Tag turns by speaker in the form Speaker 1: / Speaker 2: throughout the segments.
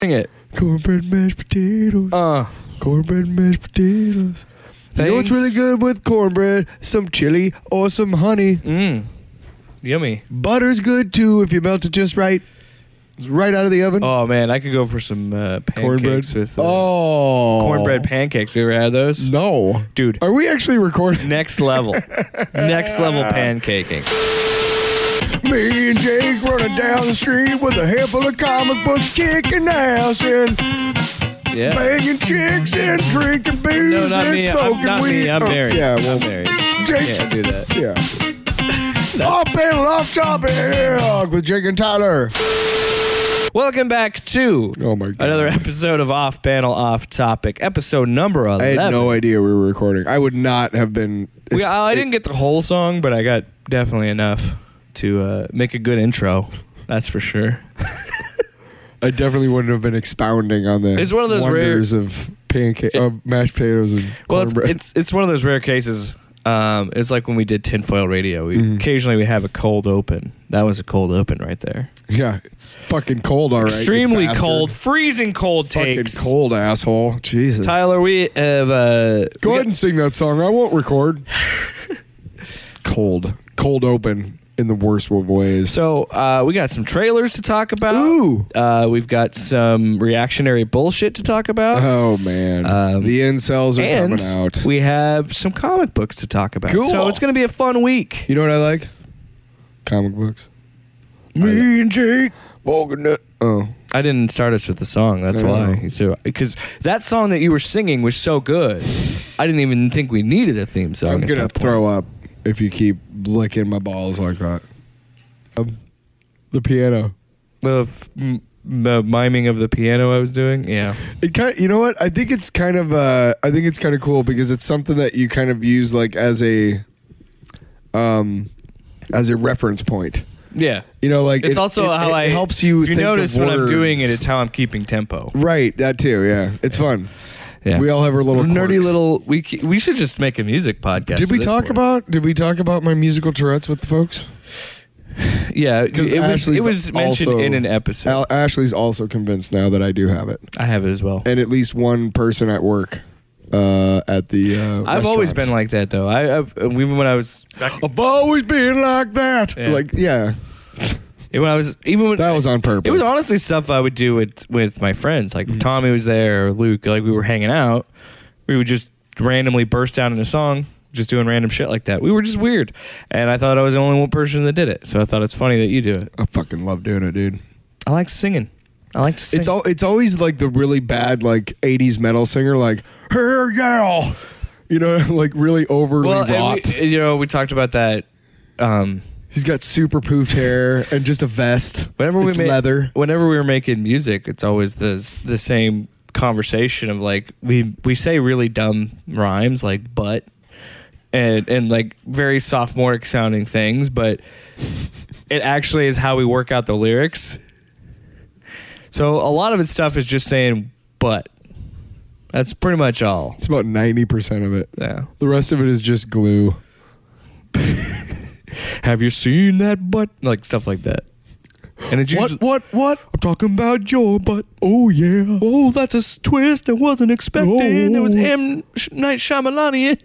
Speaker 1: Sing it.
Speaker 2: Cornbread mashed potatoes.
Speaker 1: Uh,
Speaker 2: cornbread mashed potatoes. You know what's really
Speaker 1: Thanks.
Speaker 2: good with cornbread? Some chili or some honey.
Speaker 1: mm, yummy.
Speaker 2: Butter's good too if you melt it just right. It's right out of the oven.
Speaker 1: Oh man, I could go for some uh,
Speaker 2: Cornbread?
Speaker 1: pancakes with uh,
Speaker 2: oh.
Speaker 1: cornbread pancakes. You ever had those,
Speaker 2: No.
Speaker 1: dude?
Speaker 2: Are we actually recording?
Speaker 1: Next level, next level pancaking.
Speaker 2: Me and Jake running down the street with a handful of comic books, kicking ass and
Speaker 1: Yeah.
Speaker 2: banging chicks and drinking beers
Speaker 1: No, not
Speaker 2: and
Speaker 1: me.
Speaker 2: smoking
Speaker 1: I'm, not
Speaker 2: weed.
Speaker 1: me. I'm
Speaker 2: Oh,
Speaker 1: married.
Speaker 2: Yeah,
Speaker 1: I'm
Speaker 2: well,
Speaker 1: married.
Speaker 2: Jake's
Speaker 1: Can't do that.
Speaker 2: Yeah. off panel, off topic with Jake and Tyler.
Speaker 1: Welcome back to
Speaker 2: Oh my god.
Speaker 1: another episode of Off Panel, Off Topic, episode number
Speaker 2: I
Speaker 1: eleven.
Speaker 2: had no idea we were recording. I would not have been.
Speaker 1: We, I didn't get the whole song, but I got definitely enough to uh, make a good intro. That's for sure.
Speaker 2: I definitely wouldn't have been expounding on the.
Speaker 1: It's one of those rare-
Speaker 2: wonders of pancake, of mashed potatoes and
Speaker 1: Well, it's,
Speaker 2: cornbread.
Speaker 1: it's it's one of those rare cases. Um, it's like when we did tinfoil radio. We
Speaker 2: Mhm.
Speaker 1: occasionally we have a cold open. That was a cold open right there.
Speaker 2: yeah, it's fucking cold. All right, you
Speaker 1: Extremely
Speaker 2: bastard.
Speaker 1: cold, freezing cold
Speaker 2: Fucking
Speaker 1: takes.
Speaker 2: cold, asshole. Jesus.
Speaker 1: Tyler, we have. Uh,
Speaker 2: Go
Speaker 1: we
Speaker 2: ahead and sing that song. I won't record. cold, cold open in the worst of
Speaker 1: Got,
Speaker 2: ways.
Speaker 1: so uh, we got some trailers to talk about.
Speaker 2: Ooh.
Speaker 1: Uh, we've got some reactionary bullshit to talk about.
Speaker 2: Oh man,
Speaker 1: Um,
Speaker 2: the incels are
Speaker 1: and
Speaker 2: coming out.
Speaker 1: we have some comic books to talk about.
Speaker 2: Cool.
Speaker 1: So it's going to be a fun week.
Speaker 2: you know what I like? Comic books.
Speaker 1: Me and Jake.
Speaker 2: Walking up. Oh,
Speaker 1: I didn't start us with the song. That's
Speaker 2: No.
Speaker 1: why. So because that song that you were singing was so good, I didn't even think we needed a theme song.
Speaker 2: I'm
Speaker 1: at
Speaker 2: gonna
Speaker 1: that point.
Speaker 2: throw up if you keep licking my balls like that. Um, the piano.
Speaker 1: the, f- m- the miming of the piano I was doing. Yeah,
Speaker 2: It kind you know what? I think it's kind of uh I think it's kind of cool because it's something that you kind of use like as a um as a reference point.
Speaker 1: yeah.
Speaker 2: You know, like
Speaker 1: It's
Speaker 2: it-
Speaker 1: also
Speaker 2: it-
Speaker 1: how
Speaker 2: it
Speaker 1: I
Speaker 2: helps you.
Speaker 1: If you
Speaker 2: think of
Speaker 1: notice what I'm doing it,
Speaker 2: words.
Speaker 1: it's how I'm keeping tempo.
Speaker 2: right. That too. Yeah, it's fun.
Speaker 1: Yeah.
Speaker 2: We all have our little
Speaker 1: nerdy
Speaker 2: quirks.
Speaker 1: little. We c- we should just make a music podcast.
Speaker 2: Did
Speaker 1: at
Speaker 2: we
Speaker 1: this
Speaker 2: talk
Speaker 1: point.
Speaker 2: about? Did we talk about my musical Tourette's with the folks?
Speaker 1: Yeah,
Speaker 2: 'Cause
Speaker 1: because it was, it
Speaker 2: Ashley's
Speaker 1: was mentioned
Speaker 2: also-
Speaker 1: in an episode.
Speaker 2: Al- Ashley's also convinced now that I do have it,
Speaker 1: I have it as well.
Speaker 2: and at least one person at work uh, at the. Uh,
Speaker 1: I've always
Speaker 2: restaurant.
Speaker 1: been like that though. I I've, even when I was
Speaker 2: I've always been like that.
Speaker 1: Yeah.
Speaker 2: Like yeah,
Speaker 1: even when I was even when
Speaker 2: that was Mm. on purpose.
Speaker 1: It was honestly stuff I would do with with my friends. Like if Tommy was there, or Luke. Like we were hanging out. We would just randomly burst out in a song, just doing random shit like that. We were just weird, and I thought I was the only one person that did it. So I thought it's funny that you do it.
Speaker 2: I fucking love doing it, dude.
Speaker 1: I like singing. I like to sing.
Speaker 2: It's all. It's always like the really bad like '80s metal singer, like her gal. You know, like really overly
Speaker 1: well, and
Speaker 2: wrought.
Speaker 1: we, you know, we talked about that. Um,
Speaker 2: He's got super poofed hair and just a vest.
Speaker 1: Whenever we
Speaker 2: it's
Speaker 1: ma-
Speaker 2: leather.
Speaker 1: whenever we were making music, it's always the the same conversation of like we we say really dumb rhymes like but and and like very sophomoric sounding things, but it actually is how we work out the lyrics. So a lot of its stuff is just saying but. That's pretty much all.
Speaker 2: It's about ninety percent of it.
Speaker 1: Yeah.
Speaker 2: The rest of it is just glue.
Speaker 1: Have you seen that butt? Like stuff like that. And it's usually,
Speaker 2: What? What?
Speaker 1: I'm talking about your butt.
Speaker 2: Oh yeah.
Speaker 1: Oh, that's a s- twist I wasn't expecting. It was
Speaker 2: Oh.
Speaker 1: M. Sh- Night Shyamalanian.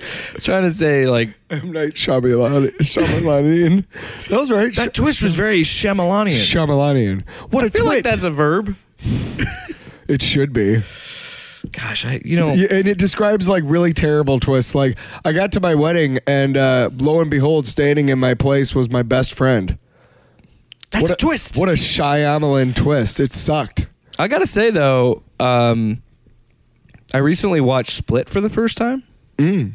Speaker 1: Trying to say like
Speaker 2: M Night Shyamalan. Shyamalan. that was right.
Speaker 1: that twist was very Shyamalanian.
Speaker 2: Shyamalan. What
Speaker 1: I
Speaker 2: a
Speaker 1: feel like
Speaker 2: twit!
Speaker 1: that's a verb.
Speaker 2: it should be.
Speaker 1: Gosh, I you know
Speaker 2: Yeah, and it describes like really terrible twists. Like I got to my wedding, and uh, lo and behold, standing in my place was my best friend. what
Speaker 1: that's a twist.
Speaker 2: What a Shyamalan twist! It sucked.
Speaker 1: I gotta say though, um, I recently watched Split for the first time,
Speaker 2: Mm.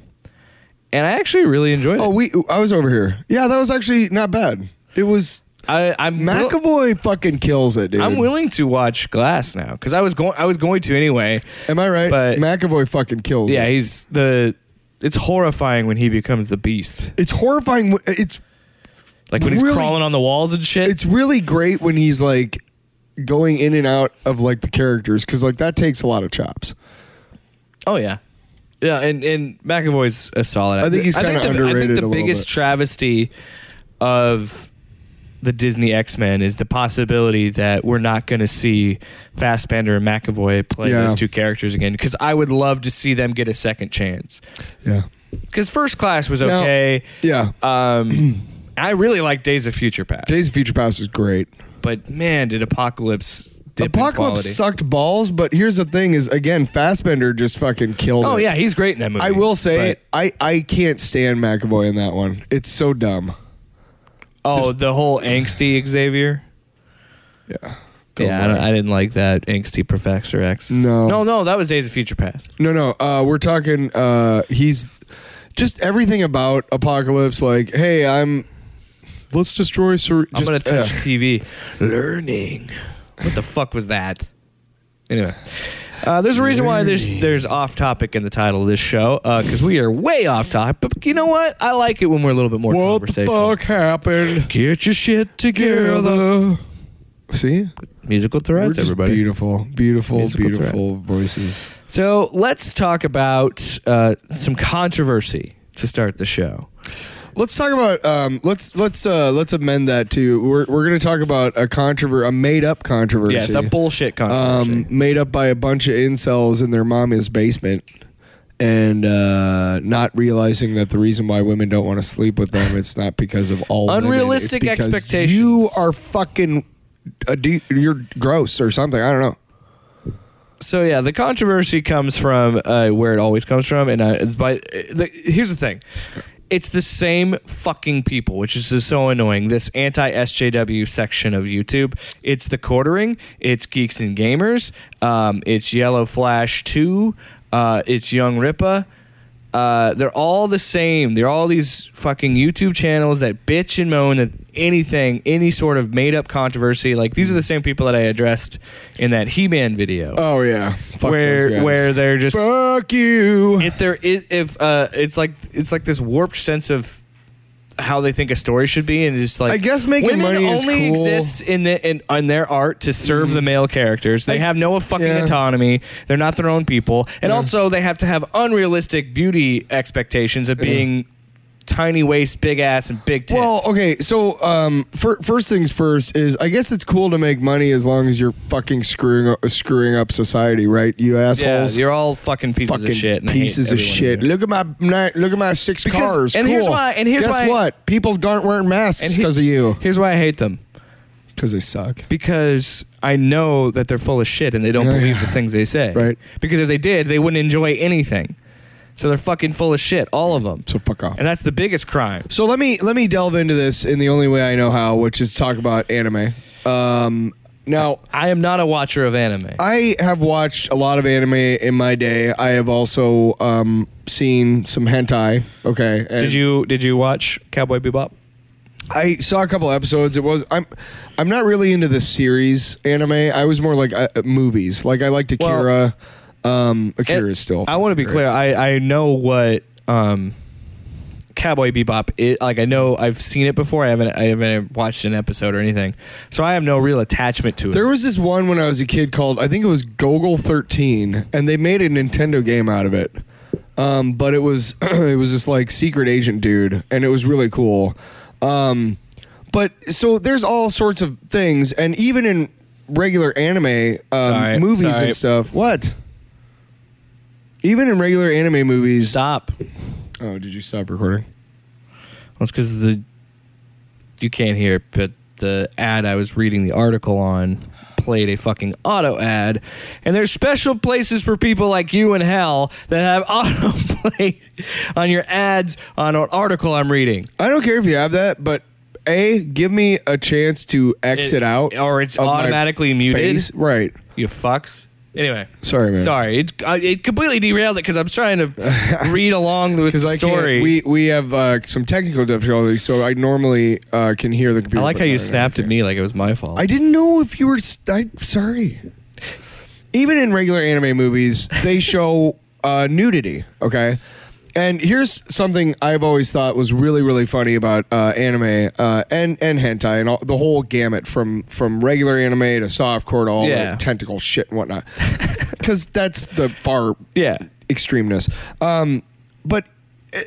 Speaker 1: and I actually really enjoyed it.
Speaker 2: Oh, we. I was over here. Yeah, that was actually not bad. It was
Speaker 1: I, I'm will-
Speaker 2: McAvoy fucking kills it, dude.
Speaker 1: I'm willing to watch Glass now because I was going I was going to anyway.
Speaker 2: Am I right?
Speaker 1: But-
Speaker 2: McAvoy fucking kills
Speaker 1: Yeah,
Speaker 2: it.
Speaker 1: he's the. It's horrifying when he becomes the beast.
Speaker 2: It's horrifying. wh- It's
Speaker 1: Like when he's
Speaker 2: Really-
Speaker 1: crawling on the walls and shit.
Speaker 2: it's really great when he's like going in and out of like the characters because like that takes a lot of chops.
Speaker 1: oh yeah, yeah. And and McAvoy's a solid.
Speaker 2: I think he's
Speaker 1: I think
Speaker 2: kinda
Speaker 1: the- I think
Speaker 2: underrated
Speaker 1: the
Speaker 2: a little
Speaker 1: biggest
Speaker 2: bit.
Speaker 1: travesty of the Disney X Men is the possibility that we're not going to see Fassbender and McAvoy play
Speaker 2: Yeah.
Speaker 1: those two characters again. Because I would love to see them get a second chance.
Speaker 2: Yeah.
Speaker 1: Because First Class was
Speaker 2: Now-
Speaker 1: okay.
Speaker 2: Yeah.
Speaker 1: um, I really like Days of Future Past,
Speaker 2: Days of Future Past was great.
Speaker 1: but man, did Apocalypse dip in
Speaker 2: Apocalypse
Speaker 1: quality.
Speaker 2: sucked balls, but here's the thing: is again, Fassbender just fucking killed.
Speaker 1: Oh
Speaker 2: it.
Speaker 1: yeah, he's great in that movie.
Speaker 2: I will say,
Speaker 1: but-
Speaker 2: I I can't stand McAvoy in that one. It's so dumb.
Speaker 1: oh, the whole angsty Xavier.
Speaker 2: Yeah.
Speaker 1: yeah, I, don't- I didn't like that angsty Professor X.
Speaker 2: No.
Speaker 1: no, no, that was Days of Future Past.
Speaker 2: No, no. Uh, we're talking. Uh, he's just everything about apocalypse. Like, hey, I'm. Let's destroy. Ser-
Speaker 1: I'm gonna touch
Speaker 2: yeah.
Speaker 1: TV. Learning. What the fuck was that? Anyway, uh, there's a reason why there's there's off topic in the title of this show because we are way off topic. But you know what? I like it when we're a little bit more
Speaker 2: What the
Speaker 1: conversational.
Speaker 2: fuck happened?
Speaker 1: Get your shit together.
Speaker 2: Together. See,
Speaker 1: Musical
Speaker 2: We're
Speaker 1: Tourette's,
Speaker 2: just
Speaker 1: everybody.
Speaker 2: beautiful, beautiful,
Speaker 1: Musical
Speaker 2: beautiful voices.
Speaker 1: So let's talk about uh, some controversy to start the show.
Speaker 2: Let's talk about. Um, let's let's uh, let's amend that too. We're we're gonna talk about a controver a made up controversy.
Speaker 1: Yes, a bullshit
Speaker 2: um,
Speaker 1: controversy.
Speaker 2: made up by a bunch of incels in their mommy's basement and uh, not realizing that the reason why women don't want to sleep with them it's not because of all women. It's
Speaker 1: Unrealistic
Speaker 2: because
Speaker 1: expectations.
Speaker 2: You are fucking a de- you're gross or something. I don't know.
Speaker 1: so yeah, the controversy comes from uh, where it always comes from, and uh, but the, here's the thing. It's the same fucking people, which is just so annoying. This anti SJW section of YouTube. It's the quartering. It's geeks and gamers. Um, it's Yellow Flash Two. Uh, it's Young Ripa. Uh, they're all the same. They're all these fucking YouTube channels that bitch and moan at anything, any sort of made up controversy. Like these are the same people that I addressed in that He Man video
Speaker 2: Oh yeah, Fuck those
Speaker 1: where
Speaker 2: guys.
Speaker 1: where they're just
Speaker 2: fuck you.
Speaker 1: if there is if uh it's like it's like this warped sense of how they think a story should be and it's like
Speaker 2: I guess making
Speaker 1: women
Speaker 2: money is
Speaker 1: only
Speaker 2: cool. Mm-hmm.
Speaker 1: exists in the in, in their art to serve the male characters they
Speaker 2: I-
Speaker 1: have no fucking
Speaker 2: yeah.
Speaker 1: autonomy they're not their own people and also they have to have unrealistic beauty expectations of being tiny waist big ass and big tits
Speaker 2: Well, okay. So, um, fir- first things first is I guess it's cool to make money as long as you're fucking screwing up, screwing up society, right? You
Speaker 1: yeah,
Speaker 2: assholes.
Speaker 1: you're all fucking pieces
Speaker 2: fucking
Speaker 1: of shit and I hate
Speaker 2: pieces of
Speaker 1: every one
Speaker 2: shit.
Speaker 1: you.
Speaker 2: Look at my ni- look at my six
Speaker 1: Because-
Speaker 2: cars.
Speaker 1: and
Speaker 2: cool.
Speaker 1: here's why- and here's
Speaker 2: Guess
Speaker 1: why-
Speaker 2: what? People aren't wearing masks
Speaker 1: And he-
Speaker 2: because of you.
Speaker 1: here's why i hate them
Speaker 2: Because they suck.
Speaker 1: because I know that they're full of shit and they don't
Speaker 2: Yeah.
Speaker 1: believe the things they say.
Speaker 2: Right.
Speaker 1: Because if they did, they wouldn't enjoy anything. So they're fucking full of shit, all of them.
Speaker 2: So fuck off.
Speaker 1: And that's the biggest crime.
Speaker 2: So let me let me delve into this in the only way I know how, which is talk about anime. Um, now
Speaker 1: I am not a watcher of anime.
Speaker 2: I have watched a lot of anime in my day. I have also um, seen some hentai. Okay. and-
Speaker 1: did you did you watch Cowboy Bebop?
Speaker 2: I saw a couple episodes. It was I'm I'm not really into the series anime. I was more like uh, movies. Like I liked Akira. um, Akira
Speaker 1: And
Speaker 2: is still.
Speaker 1: I want to be
Speaker 2: great.
Speaker 1: clear. I I know what um, Cowboy Bebop. It like I know I've seen it before. I haven't I haven't watched an episode or anything. So I have no real attachment to it.
Speaker 2: There was this one when I was a kid called I think it was Gogol thirteen, and they made a Nintendo game out of it. Um, but it was it was this like secret agent dude, and it was really cool. Um, but so there's all sorts of things, and even in regular anime um,
Speaker 1: Sorry,
Speaker 2: movies
Speaker 1: sorry.
Speaker 2: and stuff, what? Even in regular anime movies.
Speaker 1: Stop.
Speaker 2: Oh, did you stop recording?
Speaker 1: Well, it's because the you can't hear, it, but the ad I was reading the article on played a fucking auto ad, and there's special places for people like you in hell that have auto play on your ads on an article I'm reading.
Speaker 2: I don't care if you have that, but a give me a chance to exit
Speaker 1: It-
Speaker 2: out,
Speaker 1: or it's
Speaker 2: of my
Speaker 1: automatically muted.
Speaker 2: face. Right.
Speaker 1: You fucks. Anyway.
Speaker 2: Sorry, man.
Speaker 1: Sorry, it, I, it completely derailed it because I'm trying to read along with the
Speaker 2: Because I
Speaker 1: story.
Speaker 2: can't. We we have uh, some technical difficulties, so I normally uh, can hear the
Speaker 1: I
Speaker 2: computer.
Speaker 1: like
Speaker 2: but
Speaker 1: how you
Speaker 2: not right now,
Speaker 1: snapped
Speaker 2: okay.
Speaker 1: at me like it was my fault.
Speaker 2: I didn't know if you were. s- I sorry. Even in regular anime movies, they show uh, nudity. Okay, and here's something I've always thought was really really funny about uh, anime uh, and and hentai and all, the whole gamut from from regular anime to softcore to all
Speaker 1: Yeah.
Speaker 2: the tentacle shit and whatnot. Because that's the far
Speaker 1: yeah.
Speaker 2: extremeness. Um, but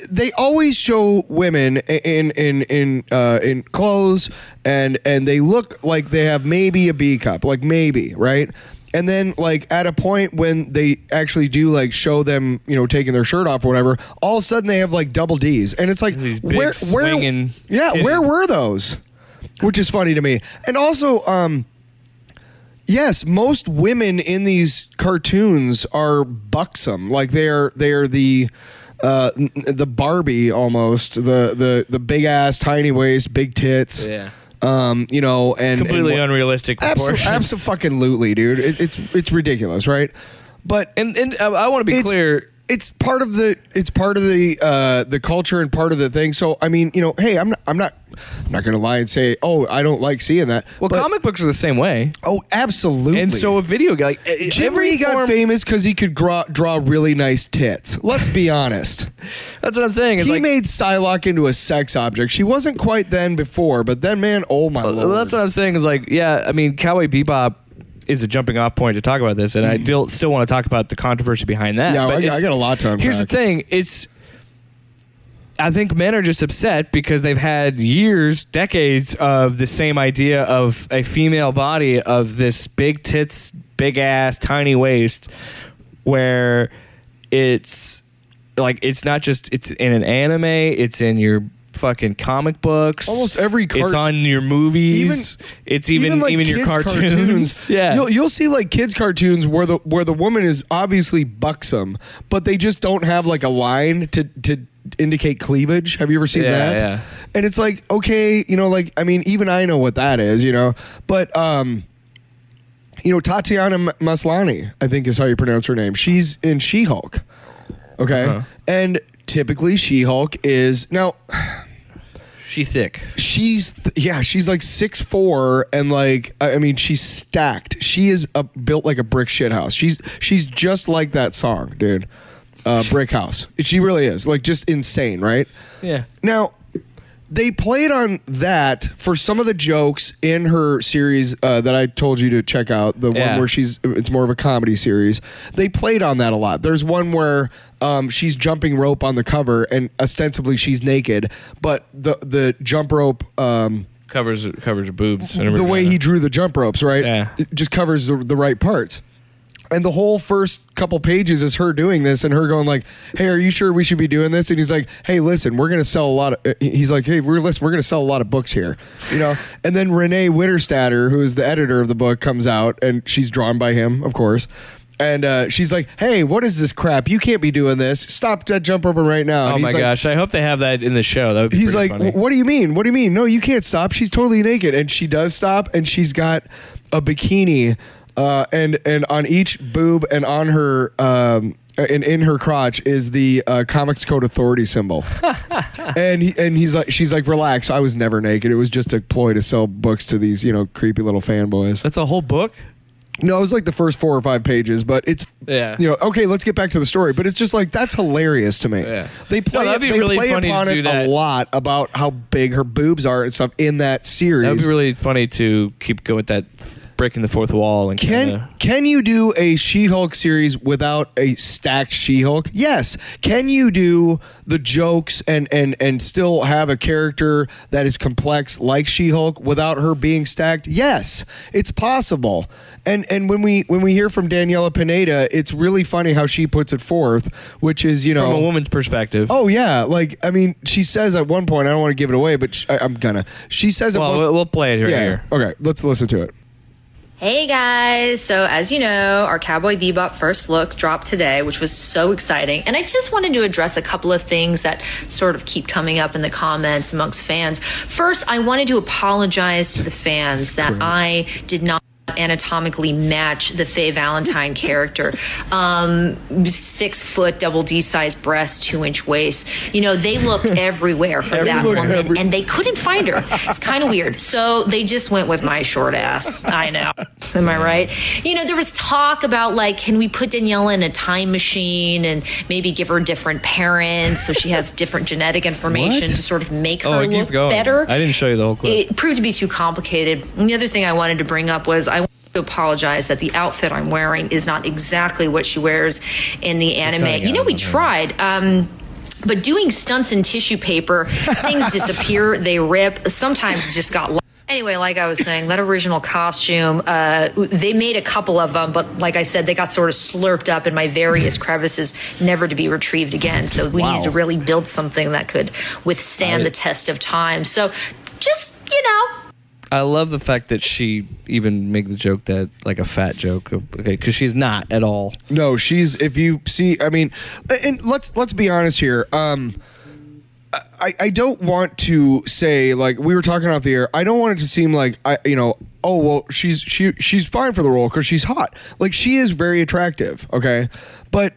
Speaker 2: they always show women in in in uh, in clothes and and they look like they have maybe a B cup, like maybe right. And then like at a point when they actually do like show them you know taking their shirt off or whatever, all of a sudden they have like double D's, and it's like
Speaker 1: These big swinging
Speaker 2: yeah, where
Speaker 1: titties.
Speaker 2: were those? Which is funny to me, and also um. Yes, most women in these cartoons are buxom. Like they are they are the uh, n- n- the Barbie almost the the the big ass, tiny waist, big tits.
Speaker 1: Yeah.
Speaker 2: Um, you know, and
Speaker 1: Completely
Speaker 2: and,
Speaker 1: unrealistic proportions.
Speaker 2: Absolutely, fucking lootly, dude. It, it's it's ridiculous, right? But
Speaker 1: And and uh, I want to be
Speaker 2: it's,
Speaker 1: clear.
Speaker 2: It's part of the it's part of the uh, the culture and part of the thing. So I mean, you know, hey, I'm not, I'm not I'm not gonna lie and say, oh, I don't like seeing that.
Speaker 1: Well,
Speaker 2: But-
Speaker 1: comic books are the same way.
Speaker 2: oh, absolutely.
Speaker 1: And so a video guy, like, e- every
Speaker 2: Jimmy got
Speaker 1: form-
Speaker 2: famous because he could draw, draw really nice tits. Let's be honest.
Speaker 1: That's what I'm saying. It's
Speaker 2: he
Speaker 1: like,
Speaker 2: made Psylocke into a sex object. She wasn't quite then before, but then, man, oh my
Speaker 1: Well,
Speaker 2: lord.
Speaker 1: that's what I'm saying is like, yeah, I mean, Cowboy Bebop is a jumping off point to talk about this, and I still still want to talk about the controversy behind that.
Speaker 2: Mm-hmm. Yeah, I-
Speaker 1: it's-
Speaker 2: I got a lot to
Speaker 1: Here's the
Speaker 2: unpack.
Speaker 1: thing: it's I think men are just upset because they've had years, decades of the same idea of a female body of this big tits, big ass, tiny waist, where it's like it's not just it's in an anime, it's in your fucking comic books.
Speaker 2: Almost every cart-
Speaker 1: it's on your movies. it's even even, your
Speaker 2: kids'
Speaker 1: cartoons. Yeah.
Speaker 2: you'll, you'll see like kids cartoons where the where the woman is obviously buxom, but they just don't have like a line to to indicate cleavage. Have you ever seen
Speaker 1: Yeah,
Speaker 2: that?
Speaker 1: yeah.
Speaker 2: And it's like okay, you know, like I mean, even I know what that is, you know, but um. You know Tatiana M- Maslany, I think is how you pronounce her name. She's in She-Hulk, okay,
Speaker 1: Uh-huh.
Speaker 2: and typically She-Hulk is now
Speaker 1: she thick.
Speaker 2: she's th- yeah she's like six four and like i I mean she's stacked she is a, built like a brick shit house she's she's just like that song dude uh, brick house she really is like just insane right
Speaker 1: Yeah.
Speaker 2: now, they played on that for some of the jokes in her series uh, that I told you to check out. The
Speaker 1: Yeah.
Speaker 2: one where she's it's more of a comedy series. They played on that a lot. There's one where um, she's jumping rope on the cover and ostensibly she's naked, but the the jump rope. Um,
Speaker 1: Covers covers her boobs. and her
Speaker 2: the way
Speaker 1: vagina.
Speaker 2: he drew the jump ropes, right?
Speaker 1: Yeah.
Speaker 2: It just covers the, the right parts. And the whole first couple pages is her doing this and her going like, "Hey, are you sure we should be doing this?" And he's like, "Hey, listen, we're gonna sell a lot of." uh, He's like, "Hey, we're listen, we're gonna sell a lot of books here, you know." and then Renee Witterstatter, who is the editor of the book, comes out and she's drawn by him, of course. And uh, she's like, "Hey, what is this crap? You can't be doing this. Stop that jump rope right now."
Speaker 1: Oh
Speaker 2: And
Speaker 1: my
Speaker 2: he's like,
Speaker 1: gosh! I hope they have that in the show. That would be
Speaker 2: he's
Speaker 1: pretty
Speaker 2: like,
Speaker 1: funny.
Speaker 2: "What do you mean? What do you mean? No, you can't stop. She's totally naked, and she does stop, and she's got a bikini, uh, and and on each boob and on her um, and in her crotch is the uh, Comics Code Authority symbol." and he, and he's like, she's like, "Relax. I was never naked. It was just a ploy to sell books to these you know creepy little fanboys."
Speaker 1: That's a whole book.
Speaker 2: No, it was like the first four or five pages, but it's
Speaker 1: Yeah.
Speaker 2: you know okay. Let's get back to the story, but it's just like that's hilarious to me.
Speaker 1: Yeah.
Speaker 2: They play
Speaker 1: that'd
Speaker 2: it-
Speaker 1: be
Speaker 2: they
Speaker 1: really
Speaker 2: play
Speaker 1: funny to
Speaker 2: upon
Speaker 1: do
Speaker 2: it
Speaker 1: that.
Speaker 2: a lot about how big her boobs are and stuff in that series.
Speaker 1: That would be really funny to keep going with that f- breaking the fourth wall and
Speaker 2: can
Speaker 1: kinda-
Speaker 2: can you do a She-Hulk series without a stacked She-Hulk? Yes. Can you do the jokes and and and still have a character that is complex like She-Hulk without her being stacked? Yes. It's possible. And and when we when we hear from Daniela Pineda, it's really funny how she puts it forth, which is, you know,
Speaker 1: from a woman's perspective.
Speaker 2: Oh yeah, like I mean, she says at one point, I don't want to give it away, but sh- I, I'm gonna. She says
Speaker 1: well,
Speaker 2: at one
Speaker 1: we'll- we'll play it here.
Speaker 2: yeah,
Speaker 1: here.
Speaker 2: okay, let's listen to it.
Speaker 3: Hey guys! So, as you know, our Cowboy Bebop first look dropped today, which was so exciting. And I just wanted to address a couple of things that sort of keep coming up in the comments amongst fans. First, I wanted to apologize to the fans that I did not anatomically match the Faye Valentine character. Um, six foot, double D size breast, two inch waist. You know, they looked everywhere for that
Speaker 1: Everywhere,
Speaker 3: woman, and they couldn't find her. It's kind of weird. So they just went with my short ass. I know. Am I right? You know, there was talk about like, can we put Daniela in a time machine and maybe give her different parents so she has different genetic information
Speaker 2: What?
Speaker 3: to sort of make her
Speaker 1: Oh, it
Speaker 3: look
Speaker 1: keeps going.
Speaker 3: better?
Speaker 1: I didn't show you the whole clip.
Speaker 3: It proved to be too complicated. And the other thing I wanted to bring up was I want to apologize that the outfit I'm wearing is not exactly what she wears in the anime.
Speaker 1: cutting
Speaker 3: You know,
Speaker 1: out
Speaker 3: we
Speaker 1: on that.
Speaker 3: tried. Um, But doing stunts in tissue paper, things disappear, they rip. Sometimes it just got. lo- Anyway, like I was saying, that original costume, uh, they made a couple of them, but like I said, they got sort of slurped up in my various crevices, never to be retrieved again. So we
Speaker 1: Wow.
Speaker 3: needed to really build something that could withstand
Speaker 1: I-
Speaker 3: the test of time. So just, you know,
Speaker 1: I love the fact that she even made the joke that like a fat joke, okay, because she's not at all.
Speaker 2: No, she's if you see, I mean, and let's let's be honest here. Um, I I don't want to say like we were talking off the air. I don't want it to seem like I you know oh well she's she she's fine for the role because she's hot. Like she is very attractive. Okay, but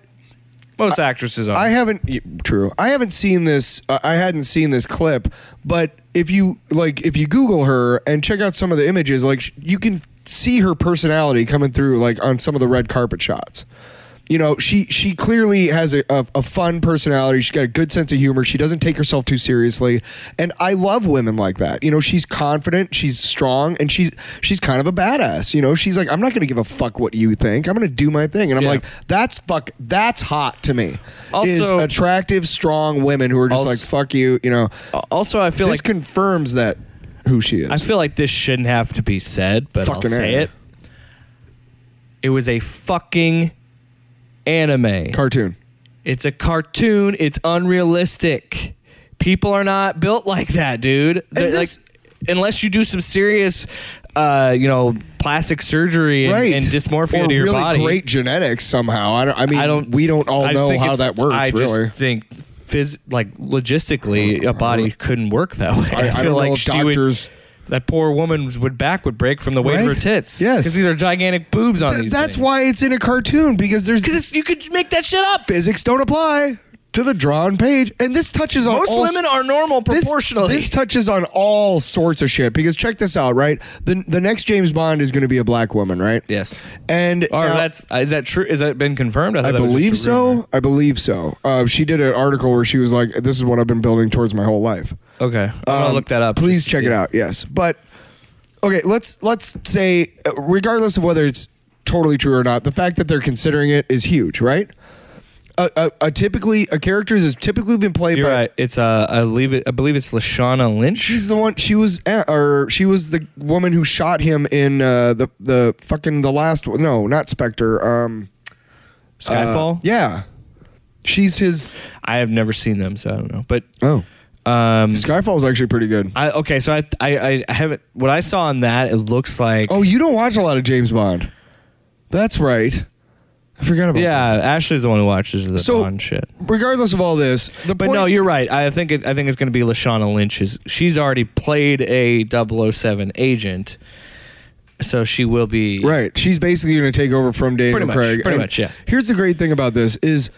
Speaker 1: Most actresses are.
Speaker 2: I haven't. y- True. I haven't seen this. Uh, I hadn't seen this clip. But if you like, if you Google her and check out some of the images, like sh- you can see her personality coming through, like on some of the red carpet shots. You know, she she clearly has a, a, a fun personality. She's got a good sense of humor. She doesn't take herself too seriously, and I love women like that. You know, she's confident, she's strong, and she's she's kind of a badass. You know, she's like, I'm not going to give a fuck what you think. I'm going to do my thing, and I'm
Speaker 1: Yeah.
Speaker 2: like, that's fuck, that's hot to me is
Speaker 1: Also-
Speaker 2: attractive, strong women who are just
Speaker 1: Also-
Speaker 2: like fuck you. You know,
Speaker 1: also, I feel
Speaker 2: this
Speaker 1: like
Speaker 2: confirms that who she is.
Speaker 1: I feel like this shouldn't have to be said, but I'll
Speaker 2: Fucking
Speaker 1: say
Speaker 2: A.
Speaker 1: it. It was a fucking anime.
Speaker 2: Cartoon.
Speaker 1: It's a cartoon. It's unrealistic. People are not built like that, dude. They're
Speaker 2: this-
Speaker 1: like, unless you do some serious, uh, you know, plastic surgery and,
Speaker 2: Right
Speaker 1: and dysmorphia
Speaker 2: or
Speaker 1: to your
Speaker 2: really
Speaker 1: body.
Speaker 2: Great genetics somehow. I don't. I mean,
Speaker 1: I don't.
Speaker 2: We don't all
Speaker 1: I
Speaker 2: know
Speaker 1: think
Speaker 2: how
Speaker 1: it's-
Speaker 2: that works.
Speaker 1: I just
Speaker 2: really,
Speaker 1: think, phys- like logistically, a body couldn't work that way.
Speaker 2: I- I don't
Speaker 1: feel
Speaker 2: know
Speaker 1: like
Speaker 2: if
Speaker 1: she would-
Speaker 2: docters-
Speaker 1: that poor woman's would back would break from the weight of her
Speaker 2: Right?
Speaker 1: tits.
Speaker 2: Yes.
Speaker 1: because these are gigantic boobs on
Speaker 2: Th-
Speaker 1: these.
Speaker 2: that's why it's in a cartoon because there's
Speaker 1: because you could make that shit up.
Speaker 2: physics don't apply to the drawn page, and this touches on
Speaker 1: Most
Speaker 2: all
Speaker 1: women are normal
Speaker 2: this-
Speaker 1: proportionally.
Speaker 2: This, touches on all sorts of shit because check this out, right? The the next James Bond is going to be a black woman, right?
Speaker 1: yes.
Speaker 2: And
Speaker 1: Or
Speaker 2: uh,
Speaker 1: that's is that true? Is that been confirmed? thought
Speaker 2: I
Speaker 1: that was just
Speaker 2: believe
Speaker 1: a rumor.
Speaker 2: so. I believe so. Uh, she did an article where she was like, "This is what I've been building towards my whole life."
Speaker 1: Okay, I'm gonna
Speaker 2: Um,
Speaker 1: look that up.
Speaker 2: Please
Speaker 1: just to
Speaker 2: check
Speaker 1: see.
Speaker 2: it out. Yes, but okay. Let's let's say, uh, regardless of whether it's totally true or not, the fact that they're considering it is huge, right? A, a, a typically a character has typically been played
Speaker 1: You're
Speaker 2: by.
Speaker 1: right. It's uh, I believe it. I believe it's Lashana Lynch.
Speaker 2: She's the one. She was at, or she was the woman who shot him in uh, the the fucking the last one. No, not Spectre. Um, uh,
Speaker 1: Skyfall.
Speaker 2: yeah, she's his.
Speaker 1: I have never seen them, so I don't know. But
Speaker 2: Oh.
Speaker 1: um,
Speaker 2: Skyfall is actually pretty good.
Speaker 1: I okay, so I, I I haven't what I saw on that. It looks like
Speaker 2: Oh, you don't watch a lot of James Bond. That's right. I forgot about
Speaker 1: yeah, Ashley's the one who watches the
Speaker 2: So-
Speaker 1: Bond shit.
Speaker 2: this. Regardless of all this, the
Speaker 1: But
Speaker 2: point,
Speaker 1: no, you're right. I think it's, I think it's going to be Lashana Lynch. Is she's already played a 007 agent, so she will be
Speaker 2: right. She's basically going to take over from Daniel
Speaker 1: Pretty much,
Speaker 2: Craig.
Speaker 1: pretty
Speaker 2: And
Speaker 1: much, yeah.
Speaker 2: Here's the great thing about this is,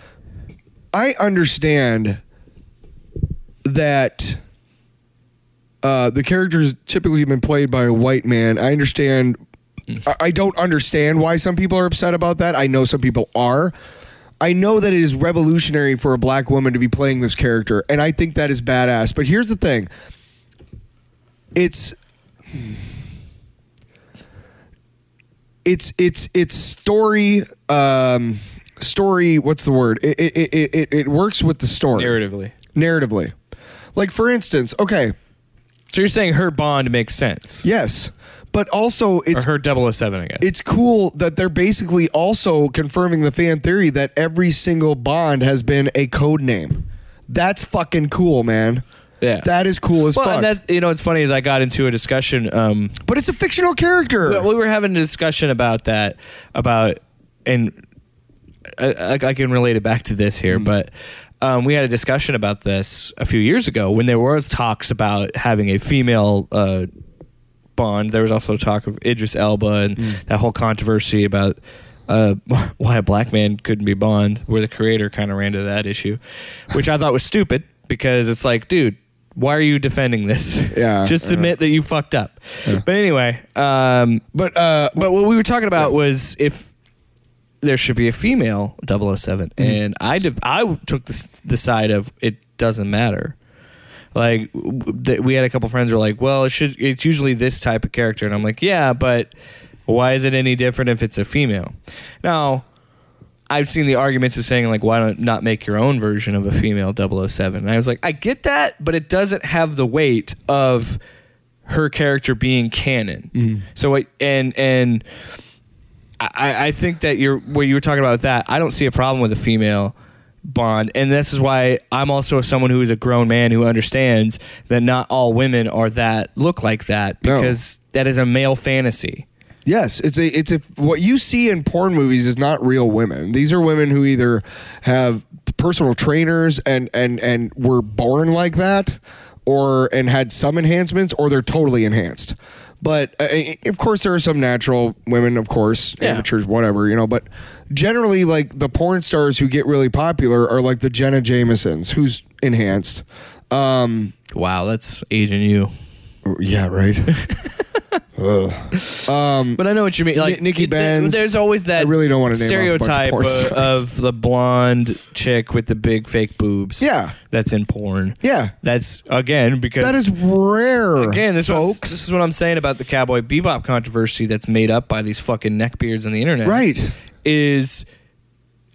Speaker 2: I understand that uh, the character's typically been played by a white man. I understand. I, I don't understand why some people are upset about that. I know some people are. I know that it is revolutionary for a black woman to be playing this character, and I think that is badass. But here's the thing it's. It's it's it's story um, story. What's the word? It it, it, it it works with the story
Speaker 1: narratively.
Speaker 2: narratively. Like for instance, okay,
Speaker 1: So you're saying her Bond makes sense,
Speaker 2: yes, but also it's
Speaker 1: or her 007 again.
Speaker 2: it's cool that they're basically also confirming the fan theory that every single Bond has been a code name. That's fucking cool, man.
Speaker 1: Yeah.
Speaker 2: that is cool as
Speaker 1: well,
Speaker 2: fuck.
Speaker 1: and that you know, it's funny is I got into a discussion. Um,
Speaker 2: but it's a fictional character.
Speaker 1: Well, we were having a discussion about that, about and I, I, I can relate it back to this here, but um, we had a discussion about this a few years ago when there was talks about having a female uh, Bond. There was also talk of Idris Elba and
Speaker 2: Hmm.
Speaker 1: that whole controversy about uh, why a black man couldn't be Bond, where the creator kind of ran to that issue, which I thought was stupid because it's like, dude. Why are you defending this?
Speaker 2: Yeah,
Speaker 1: Just
Speaker 2: I know.
Speaker 1: admit that you fucked up. But anyway, um,
Speaker 2: but uh,
Speaker 1: but what we were talking about was if there should be a female 007
Speaker 2: Hmm.
Speaker 1: and I div- I w- took the, s- the side of it doesn't matter. Like w- w- th- we had a couple friends who were like, "Well, it should it's usually this type of character." And I'm like, "Yeah, but why is it any different if it's a female?" Now, I've seen the arguments of saying like, why don't not make your own version of a female 007? And I was like, I get that, but it doesn't have the weight of her character being canon. So it, and and I, I think that you're what you were talking about with that. I don't see a problem with a female bond, and this is why I'm also someone who is a grown man who understands that not all women are that look like that
Speaker 2: No.
Speaker 1: because that is a male fantasy.
Speaker 2: Yes, it's a it's a what you see in porn movies is not real women. These are women who either have personal trainers and and and were born like that, or and had some enhancements, or they're totally enhanced. But uh, I- of course, there are some natural women, of course,
Speaker 1: Yeah.
Speaker 2: amateurs, whatever you know. But generally, like the porn stars who get really popular are like the Jenna Jamesons, who's enhanced. Um,
Speaker 1: Wow, that's aging you.
Speaker 2: yeah, right.
Speaker 1: But I know what you mean. Like
Speaker 2: Nikki
Speaker 1: it- there-
Speaker 2: Benz.
Speaker 1: There's always that.
Speaker 2: I really don't wanna name off a bunch of
Speaker 1: stereotype
Speaker 2: porn
Speaker 1: of,
Speaker 2: stars.
Speaker 1: of the blonde chick with the big fake boobs.
Speaker 2: Yeah.
Speaker 1: that's in porn.
Speaker 2: Yeah.
Speaker 1: that's again because
Speaker 2: that is rare.
Speaker 1: Again, this, folks.
Speaker 2: folks.
Speaker 1: this is what I'm saying about the cowboy bebop controversy that's made up by these fucking neckbeards on the internet.
Speaker 2: Right.
Speaker 1: Is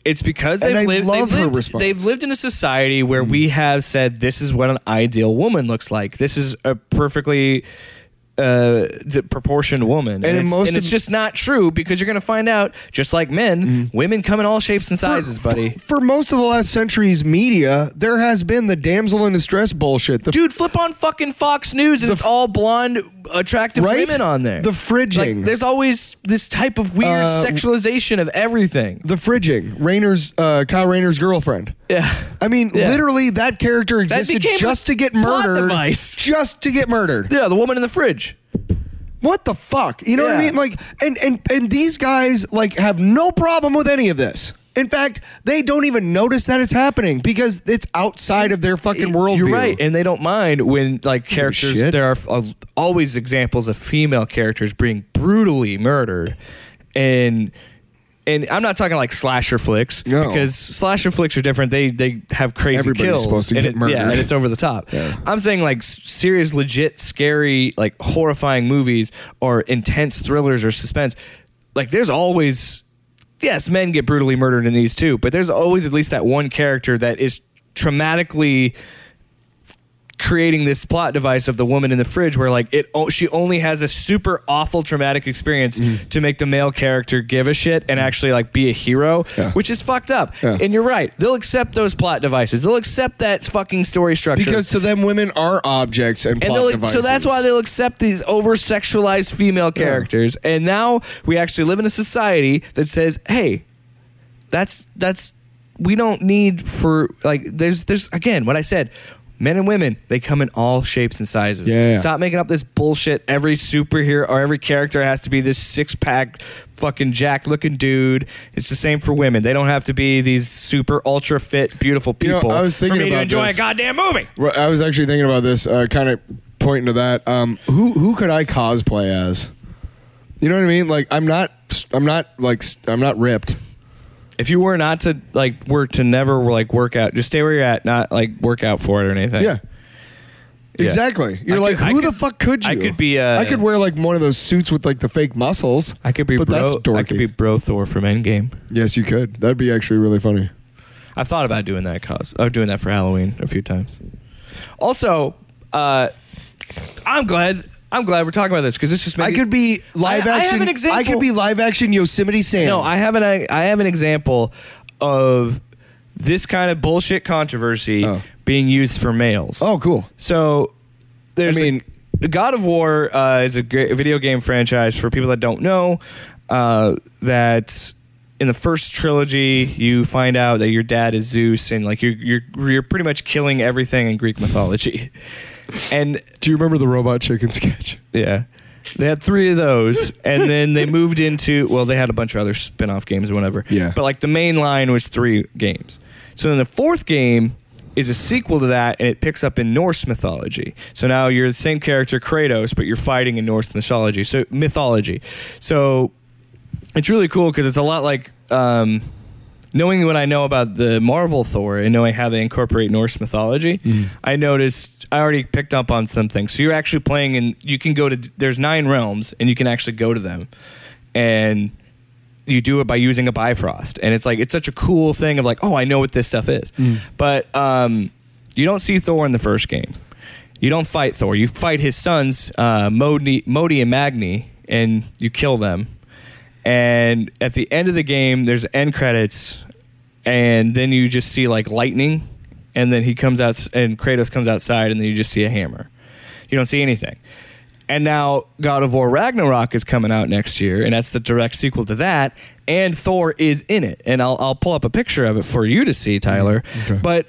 Speaker 1: it's because
Speaker 2: And
Speaker 1: they've
Speaker 2: I
Speaker 1: lived,
Speaker 2: love
Speaker 1: they've,
Speaker 2: her
Speaker 1: lived
Speaker 2: response. Mm.
Speaker 1: they've lived in a society where we have said this is what an ideal woman looks like. This is a perfectly uh, d- proportioned woman, and,
Speaker 2: in
Speaker 1: it's,
Speaker 2: most
Speaker 1: and it's
Speaker 2: of-
Speaker 1: just not true because you're going to find out, just like men, women come in all shapes and sizes, buddy.
Speaker 2: Mm. For most of the last century's media, there has been the damsel in distress bullshit. The
Speaker 1: Dude, flip on fucking Fox News and it's all blonde, attractive
Speaker 2: Right?
Speaker 1: women on there.
Speaker 2: The fridging.
Speaker 1: Like, there's always this type of weird
Speaker 2: Uh,
Speaker 1: sexualization of everything.
Speaker 2: the fridging, Rayner's uh, Kyle Rayner's girlfriend.
Speaker 1: Yeah.
Speaker 2: I mean,
Speaker 1: Yeah.
Speaker 2: literally, that character existed
Speaker 1: became a
Speaker 2: just to get
Speaker 1: plot
Speaker 2: murdered.
Speaker 1: device.
Speaker 2: Just to get murdered.
Speaker 1: Yeah, the woman in the fridge.
Speaker 2: What the fuck? You know what I
Speaker 1: Yeah.
Speaker 2: mean? Like, and and and these guys like have no problem with any of this. In fact, they don't even notice that it's happening because it's outside of their fucking worldview.
Speaker 1: You're right, and they don't mind when like characters.
Speaker 2: shit.
Speaker 1: There are uh, always examples of female characters being brutally murdered, and and I'm not talking like slasher flicks
Speaker 2: No.
Speaker 1: because slasher flicks are different. They they have crazy
Speaker 2: Everybody's
Speaker 1: kills,
Speaker 2: supposed to
Speaker 1: and
Speaker 2: get
Speaker 1: it- yeah, and
Speaker 2: murdered.
Speaker 1: it's over the top.
Speaker 2: Yeah.
Speaker 1: I'm saying like s- serious, legit, scary, like horrifying movies or intense thrillers or suspense. Like there's always yes, men get brutally murdered in these too, but there's always at least that one character that is traumatically creating this plot device of the woman in the fridge where like it o- she only has a super awful traumatic experience
Speaker 2: Mm-hmm.
Speaker 1: to make the male character give a shit and actually like be a hero
Speaker 2: Yeah.
Speaker 1: which is fucked up
Speaker 2: Yeah.
Speaker 1: and you're right they'll accept those plot devices they'll accept that fucking story structure
Speaker 2: Because to them, women are objects and,
Speaker 1: and
Speaker 2: plot
Speaker 1: they'll,
Speaker 2: devices.
Speaker 1: so that's why they'll accept these over sexualized female characters and now we actually live in a society that says hey that's that's we don't need for like there's there's again what i said men and women they come in all shapes and sizes
Speaker 2: Yeah.
Speaker 1: stop making up this bullshit every superhero or every character has to be this six-pack fucking jack looking dude it's the same for women they don't have to be these super ultra fit beautiful
Speaker 2: You
Speaker 1: people
Speaker 2: know, I was thinking
Speaker 1: for me to
Speaker 2: about
Speaker 1: enjoy
Speaker 2: this.
Speaker 1: a goddamn movie
Speaker 2: Right, I was actually thinking about this, uh, kind of pointing to that. Um, who who could I cosplay as? You know what I mean? Like I'm not, I'm not like I'm not ripped.
Speaker 1: if you were not to like were to never like work out just stay where you're at not like work out for it or anything
Speaker 2: Yeah. Exactly. You're
Speaker 1: I
Speaker 2: like,
Speaker 1: could- I
Speaker 2: who the
Speaker 1: could-
Speaker 2: fuck could you?
Speaker 1: I could be, uh,
Speaker 2: I could wear like one of those suits with like the fake muscles.
Speaker 1: i could be
Speaker 2: But
Speaker 1: bro
Speaker 2: that's dorky.
Speaker 1: i could be bro thor from endgame
Speaker 2: Yes, you could. That'd be actually really funny.
Speaker 1: I've thought about doing that cause or doing that for Halloween a few times. Also, uh, I'm glad I'm glad we're talking about this because it's just
Speaker 2: I
Speaker 1: maybe-
Speaker 2: could be live
Speaker 1: I- I
Speaker 2: action.
Speaker 1: have an
Speaker 2: I could
Speaker 1: example.
Speaker 2: be live action Yosemite Sam.
Speaker 1: no, I have an I, I have an example of this kind of bullshit controversy
Speaker 2: Oh.
Speaker 1: being used for males.
Speaker 2: Oh, cool.
Speaker 1: So there's
Speaker 2: I
Speaker 1: I
Speaker 2: mean-
Speaker 1: mean, God of War uh, is a great video game franchise for people that don't know uh, that in the first trilogy you find out that your dad is Zeus and like you're you're you're pretty much killing everything in Greek mythology. And
Speaker 2: Do you remember the robot chicken sketch?
Speaker 1: yeah. They had three of those, and then they moved into well, they had a bunch of other spin-off games or whatever.
Speaker 2: Yeah.
Speaker 1: But like the main line was three games. So then the fourth game is a sequel to that, and it picks up in Norse mythology. So now you're the same character Kratos, but you're fighting in Norse mythology. So mythology. So it's really cool because it's a lot like um, knowing what I know about the Marvel Thor and knowing how they incorporate Norse mythology. I noticed I already picked up on something. So you're actually playing, and you can go to there's nine realms, and you can actually go to them, and you do it by using a Bifrost, and it's like it's such a cool thing of like, oh, I know what this stuff is. But um, you don't see Thor in the first game. You don't fight Thor. You fight his sons, uh, Modi, Modi and Magni, and you kill them. And at the end of the game, there's end credits, and then you just see like lightning, and then he comes out, and Kratos comes outside, and then you just see a hammer. You don't see anything. And now God of War Ragnarok is coming out next year, and that's the direct sequel to that. And Thor is in it, and I'll I'll pull up a picture of it for you to see, Tyler.
Speaker 2: Okay.
Speaker 1: But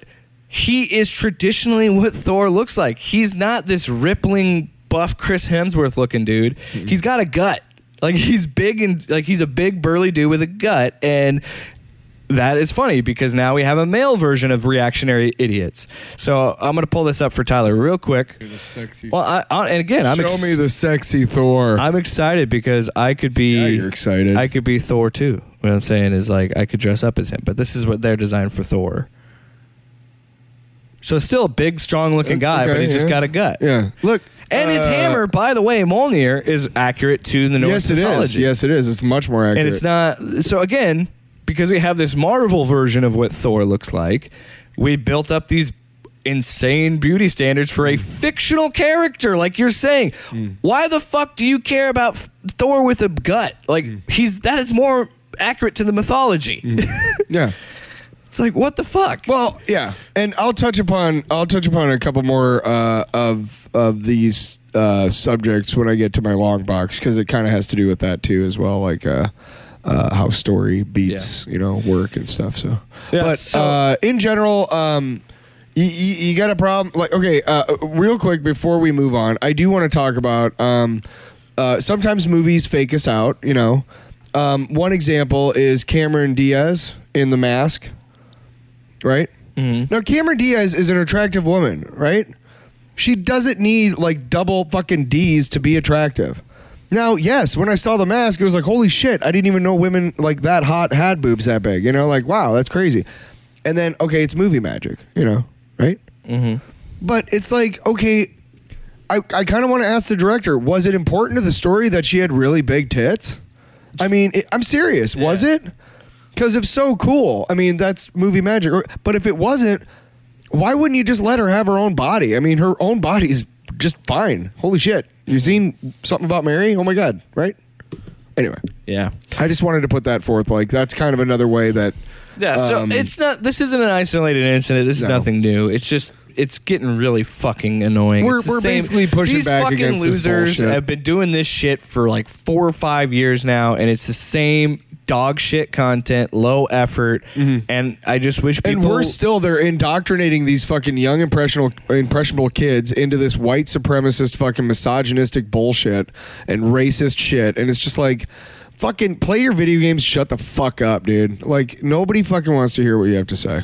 Speaker 1: he is traditionally what Thor looks like. He's not this rippling buff Chris Hemsworth looking dude. He's got a gut. Like he's big and like he's a big burly dude with a gut and that is funny because now we have a male version of reactionary idiots. So I'm going to pull this up for Tyler real quick.
Speaker 2: sexy.
Speaker 1: Well, I, I, and again, I'm
Speaker 2: Show
Speaker 1: ex-
Speaker 2: me the sexy Thor.
Speaker 1: I'm excited because I could be.
Speaker 2: Yeah, you're excited.
Speaker 1: I could be Thor too. What I'm saying is like I could dress up as him, but this is what they're designed for Thor. So still a big, strong-looking guy, but
Speaker 2: Okay,
Speaker 1: he's just
Speaker 2: yeah.
Speaker 1: got a gut.
Speaker 2: yeah. Look.
Speaker 1: And his
Speaker 2: uh,
Speaker 1: hammer, by the way, Mjolnir, is accurate to the Norse
Speaker 2: Yes, it
Speaker 1: mythology.
Speaker 2: is. Yes, it is. It's much more accurate.
Speaker 1: and it's not. So again, because we have this Marvel version of what Thor looks like, we built up these insane beauty standards for a fictional character, like you're saying. Why the fuck do you care about f- Thor with a gut? Like he's that is more accurate to the mythology.
Speaker 2: Yeah.
Speaker 1: it's like what the fuck.
Speaker 2: Well, yeah, and I'll touch upon I'll touch upon a couple more uh, of of these uh, subjects when I get to my long box because it kind of has to do with that too as well, like uh, uh, how story beats you know work and stuff. So,
Speaker 1: Yeah,
Speaker 2: but
Speaker 1: so-
Speaker 2: uh, in general, um, you, you, you got a problem. Like, okay, uh, real quick before we move on, I do want to talk about um, uh, sometimes movies fake us out. You know, um, one example is Cameron Diaz in The Mask right?
Speaker 1: Mm-hmm.
Speaker 2: Now Cameron Diaz is an attractive woman, right? She doesn't need like double fucking D's to be attractive. Now, yes, when I saw the mask, it was like, holy shit, I didn't even know women like that hot had boobs that big. You know, like, wow, that's crazy. And then, okay, it's movie magic, you know, right? But it's like, okay, I, I kind of want to ask the director, was it important to the story that she had really big tits? I mean, it, I'm serious, was it? Because if so, cool. I mean, that's movie magic. Or- But if it wasn't, why wouldn't you just let her have her own body? I mean, her own body is just fine. Holy shit. You've seen something about Mary? Oh my God, right? Anyway,
Speaker 1: yeah.
Speaker 2: I just wanted to put that forth. Like, that's kind of another way that.
Speaker 1: Yeah, so
Speaker 2: Um,
Speaker 1: it's not. This isn't an isolated incident. This is
Speaker 2: No.
Speaker 1: nothing new. It's just it's getting really fucking annoying.
Speaker 2: We're-
Speaker 1: It's the
Speaker 2: we're basically pushing
Speaker 1: these
Speaker 2: back
Speaker 1: fucking
Speaker 2: against this
Speaker 1: losers
Speaker 2: bullshit.
Speaker 1: have been doing this shit for like four or five years now, and it's the same dog shit content, low effort, and I just wish people.
Speaker 2: Mm-hmm. And we're still they're indoctrinating these fucking young impressionable impressionable kids into this white supremacist fucking misogynistic bullshit and racist shit. And it's just like fucking play your video games, shut the fuck up, dude. Like nobody fucking wants to hear what you have to say.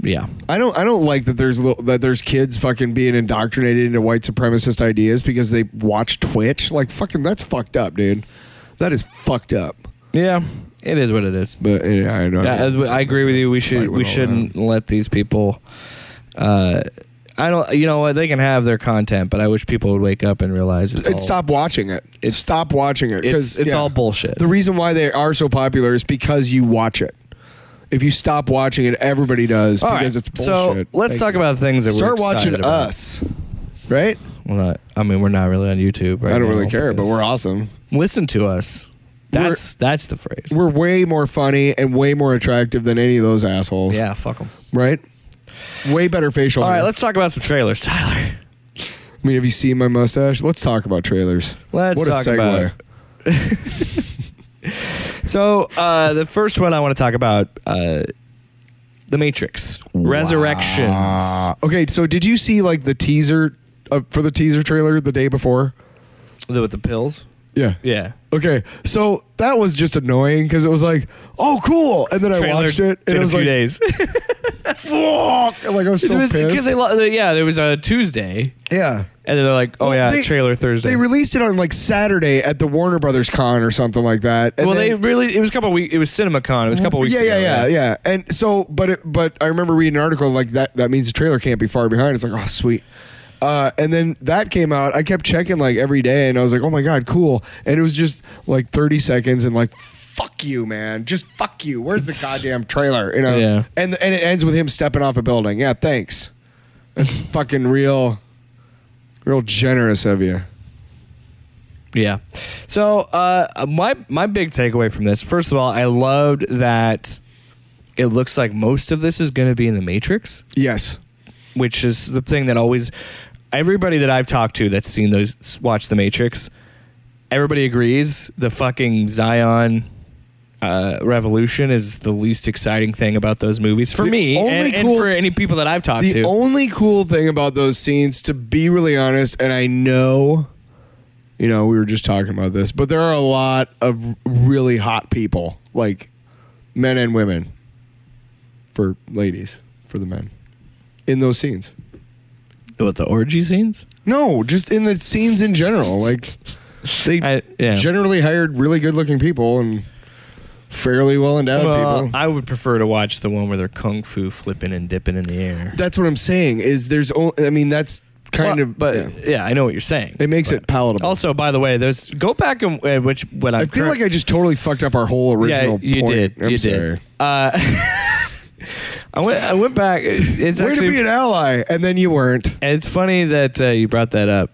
Speaker 1: yeah,
Speaker 2: I don't I don't like that there's little, that there's kids fucking being indoctrinated into white supremacist ideas because they watch Twitch. Like fucking that's fucked up, dude. That is fucked up.
Speaker 1: yeah, it is what it is.
Speaker 2: But yeah, I know.
Speaker 1: Yeah, I, I agree with you. We should
Speaker 2: Fight with
Speaker 1: we
Speaker 2: all
Speaker 1: shouldn't let these people. Uh, I don't. You know what? They can have their content, but I wish people would wake up and realize it's,
Speaker 2: It's
Speaker 1: all,
Speaker 2: stop watching it.
Speaker 1: It's-
Speaker 2: stop watching it.
Speaker 1: It's
Speaker 2: 'cause,
Speaker 1: it's
Speaker 2: yeah.
Speaker 1: all bullshit.
Speaker 2: The reason why they are so popular is because you watch it. If you stop watching it, everybody does
Speaker 1: All
Speaker 2: because
Speaker 1: right,
Speaker 2: it's bullshit.
Speaker 1: So let's
Speaker 2: Thank
Speaker 1: talk
Speaker 2: you.
Speaker 1: about things that
Speaker 2: Start
Speaker 1: we're
Speaker 2: watching
Speaker 1: excited about.
Speaker 2: us, right?
Speaker 1: Well, not, I mean, we're not really on YouTube. Right
Speaker 2: I don't
Speaker 1: now,
Speaker 2: really care, but
Speaker 1: because-
Speaker 2: we're awesome.
Speaker 1: Listen to us. That's that's the phrase.
Speaker 2: We're way more funny and way more attractive than any of those assholes,
Speaker 1: Yeah, fuck them.
Speaker 2: right? Way better facial.
Speaker 1: All right,
Speaker 2: hair.
Speaker 1: let's talk about some trailers, Tyler.
Speaker 2: I mean, have you seen my mustache? Let's talk about trailers.
Speaker 1: Let's
Speaker 2: what
Speaker 1: talk
Speaker 2: a segue.
Speaker 1: about it. So uh, the first one I want to talk about, uh, The Matrix Resurrections.
Speaker 2: Ah, okay, so did you see like the teaser uh, for the teaser trailer the day before?
Speaker 1: The- with the pills.
Speaker 2: Yeah.
Speaker 1: Yeah.
Speaker 2: Okay, so that was just annoying because it was like, oh, cool, and then I
Speaker 1: Trailer
Speaker 2: watched it
Speaker 1: in
Speaker 2: and it
Speaker 1: a
Speaker 2: was
Speaker 1: few
Speaker 2: like,
Speaker 1: days.
Speaker 2: fuck, and, like I was
Speaker 1: It
Speaker 2: so
Speaker 1: was-
Speaker 2: pissed.
Speaker 1: because they lo- yeah, there was a Tuesday,
Speaker 2: yeah.
Speaker 1: and then they're like, oh yeah,
Speaker 2: They-
Speaker 1: trailer Thursday.
Speaker 2: They released it on like Saturday at the Warner Brothers con or something like that. and
Speaker 1: well, they
Speaker 2: then-
Speaker 1: really it was a couple weeks. It was CinemaCon. It was a couple weeks.
Speaker 2: yeah,
Speaker 1: ago,
Speaker 2: yeah, yeah,
Speaker 1: right?
Speaker 2: yeah. And so, but it, but I remember reading an article like that. That means the trailer can't be far behind. It's like, oh, sweet. Uh, and then that came out. I kept checking like every day, and I was like, oh my god, cool. And it was just like thirty seconds and like fuck you, man. Just fuck you. Where's the goddamn trailer? You know?
Speaker 1: Yeah.
Speaker 2: And and it ends with him stepping off a building. Yeah, thanks. That's fucking real real generous of you.
Speaker 1: Yeah. So uh, my my big takeaway from this, first of all, I loved that it looks like most of this is going to be in the Matrix,
Speaker 2: Yes.
Speaker 1: which is the thing that always everybody that I've talked to that's seen those watch the Matrix, everybody agrees the fucking Zion. Uh, revolution is the least exciting thing about those movies for
Speaker 2: The
Speaker 1: me
Speaker 2: only
Speaker 1: and, and
Speaker 2: cool-
Speaker 1: for any people that I've talked
Speaker 2: The
Speaker 1: to.
Speaker 2: only cool thing about those scenes, to be really honest, and I know, you know, we were just talking about this, but there are a lot of really hot people, like men and women, for ladies, for the men, in those scenes.
Speaker 1: what the orgy scenes?
Speaker 2: No, just in the scenes in general. Like they
Speaker 1: I- yeah.
Speaker 2: generally hired really good-looking people and fairly well-endowed
Speaker 1: Well, uh,
Speaker 2: people.
Speaker 1: I would prefer to watch the one where they're kung fu flipping and dipping in the air.
Speaker 2: that's what I'm saying. Is there's only, I mean, that's kind
Speaker 1: Well,
Speaker 2: of,
Speaker 1: but
Speaker 2: yeah.
Speaker 1: yeah. I know what you're saying.
Speaker 2: it makes
Speaker 1: But-
Speaker 2: it palatable.
Speaker 1: Also, by the way, those go back and uh, which what I'm
Speaker 2: I feel
Speaker 1: curr-
Speaker 2: like I just totally fucked up our whole
Speaker 1: yeah,
Speaker 2: original.
Speaker 1: you
Speaker 2: point.
Speaker 1: did,
Speaker 2: I'm
Speaker 1: you
Speaker 2: sorry.
Speaker 1: did. Uh, I went, I went back. It's
Speaker 2: Way
Speaker 1: actually,
Speaker 2: to be an ally, and then you weren't.
Speaker 1: it's funny that uh, you brought that up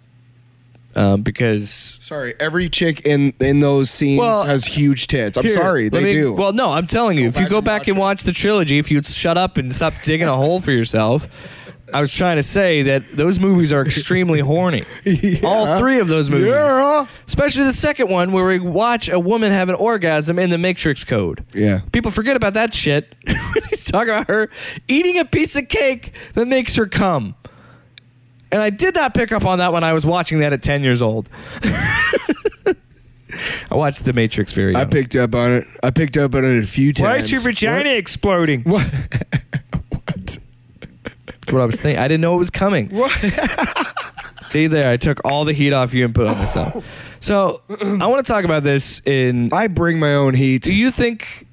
Speaker 1: um, because
Speaker 2: Sorry, every chick in in those scenes
Speaker 1: Well,
Speaker 2: has huge tits. I'm
Speaker 1: Here,
Speaker 2: sorry,
Speaker 1: let
Speaker 2: they
Speaker 1: me-
Speaker 2: do.
Speaker 1: Well, no, I'm telling you, if you
Speaker 2: back
Speaker 1: go
Speaker 2: and
Speaker 1: back
Speaker 2: watch
Speaker 1: and
Speaker 2: it.
Speaker 1: watch the trilogy, if you'd shut up and stop digging a hole for yourself, I was trying to say that those movies are extremely horny. All three of those movies.
Speaker 2: Yeah.
Speaker 1: Especially the second one where we watch a woman have an orgasm in the Matrix code.
Speaker 2: Yeah.
Speaker 1: People forget about that shit when he's talking about her eating a piece of cake that makes her come. And I did not pick up on that when I was watching that at 10 years old. I watched The Matrix very young.
Speaker 2: I picked up on it. I picked up on it a few times.
Speaker 1: Why is your vagina exploding?
Speaker 2: What?
Speaker 1: That's what I was thinking. I didn't know it was coming. See there, I took all the heat off you and put it on myself. So I want to talk about this. In
Speaker 2: I bring my own heat.
Speaker 1: do you think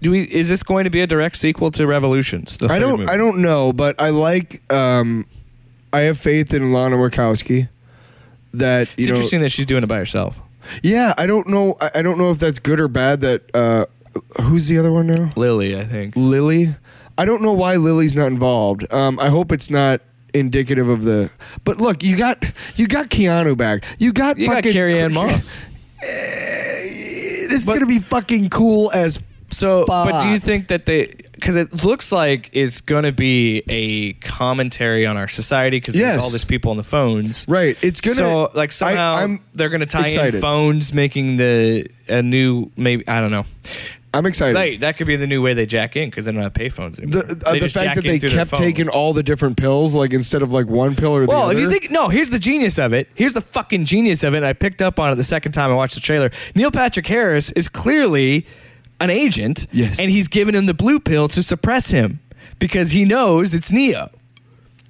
Speaker 1: do we is this going to be a direct sequel to Revolutions? The
Speaker 2: I
Speaker 1: third
Speaker 2: don't.
Speaker 1: movie?
Speaker 2: I don't know, but I like. Um, I have faith in Lana Wachowski. That
Speaker 1: It's
Speaker 2: you know,
Speaker 1: interesting that she's doing it by herself.
Speaker 2: Yeah, I don't know. I, I don't know if that's good or bad. That uh, who's the other one now?
Speaker 1: Lily, I think.
Speaker 2: Lily. I don't know why Lily's not involved. Um, I hope it's not indicative of the. But look, you got you got Keanu back. You got
Speaker 1: You got
Speaker 2: fucking Eh,
Speaker 1: Carrie Ann Moss.
Speaker 2: This is
Speaker 1: But-
Speaker 2: gonna be fucking cool as.
Speaker 1: So, but do you
Speaker 2: Fuck.
Speaker 1: think that they? Because it looks like it's going to be a commentary on our society because
Speaker 2: Yes.
Speaker 1: there's all these people on the phones,
Speaker 2: Right, it's gonna-
Speaker 1: So, like somehow
Speaker 2: I- I'm
Speaker 1: they're going to tie in
Speaker 2: excited.
Speaker 1: phones, making the a new maybe I don't know.
Speaker 2: I'm excited.
Speaker 1: Like that could be the new way they jack in because they don't have pay phones
Speaker 2: The,
Speaker 1: anymore.
Speaker 2: uh, the
Speaker 1: They just
Speaker 2: fact
Speaker 1: jack
Speaker 2: that
Speaker 1: in
Speaker 2: they
Speaker 1: through their
Speaker 2: kept
Speaker 1: phone.
Speaker 2: taking all the different pills, like instead of like one pill or the
Speaker 1: Well,
Speaker 2: other.
Speaker 1: if you think no, here's the genius of it. Here's the fucking genius of it. And I picked up on it the second time I watched the trailer. Neil Patrick Harris is clearly an agent,
Speaker 2: Yes.
Speaker 1: and he's given him the blue pill to suppress him because he knows it's Neo.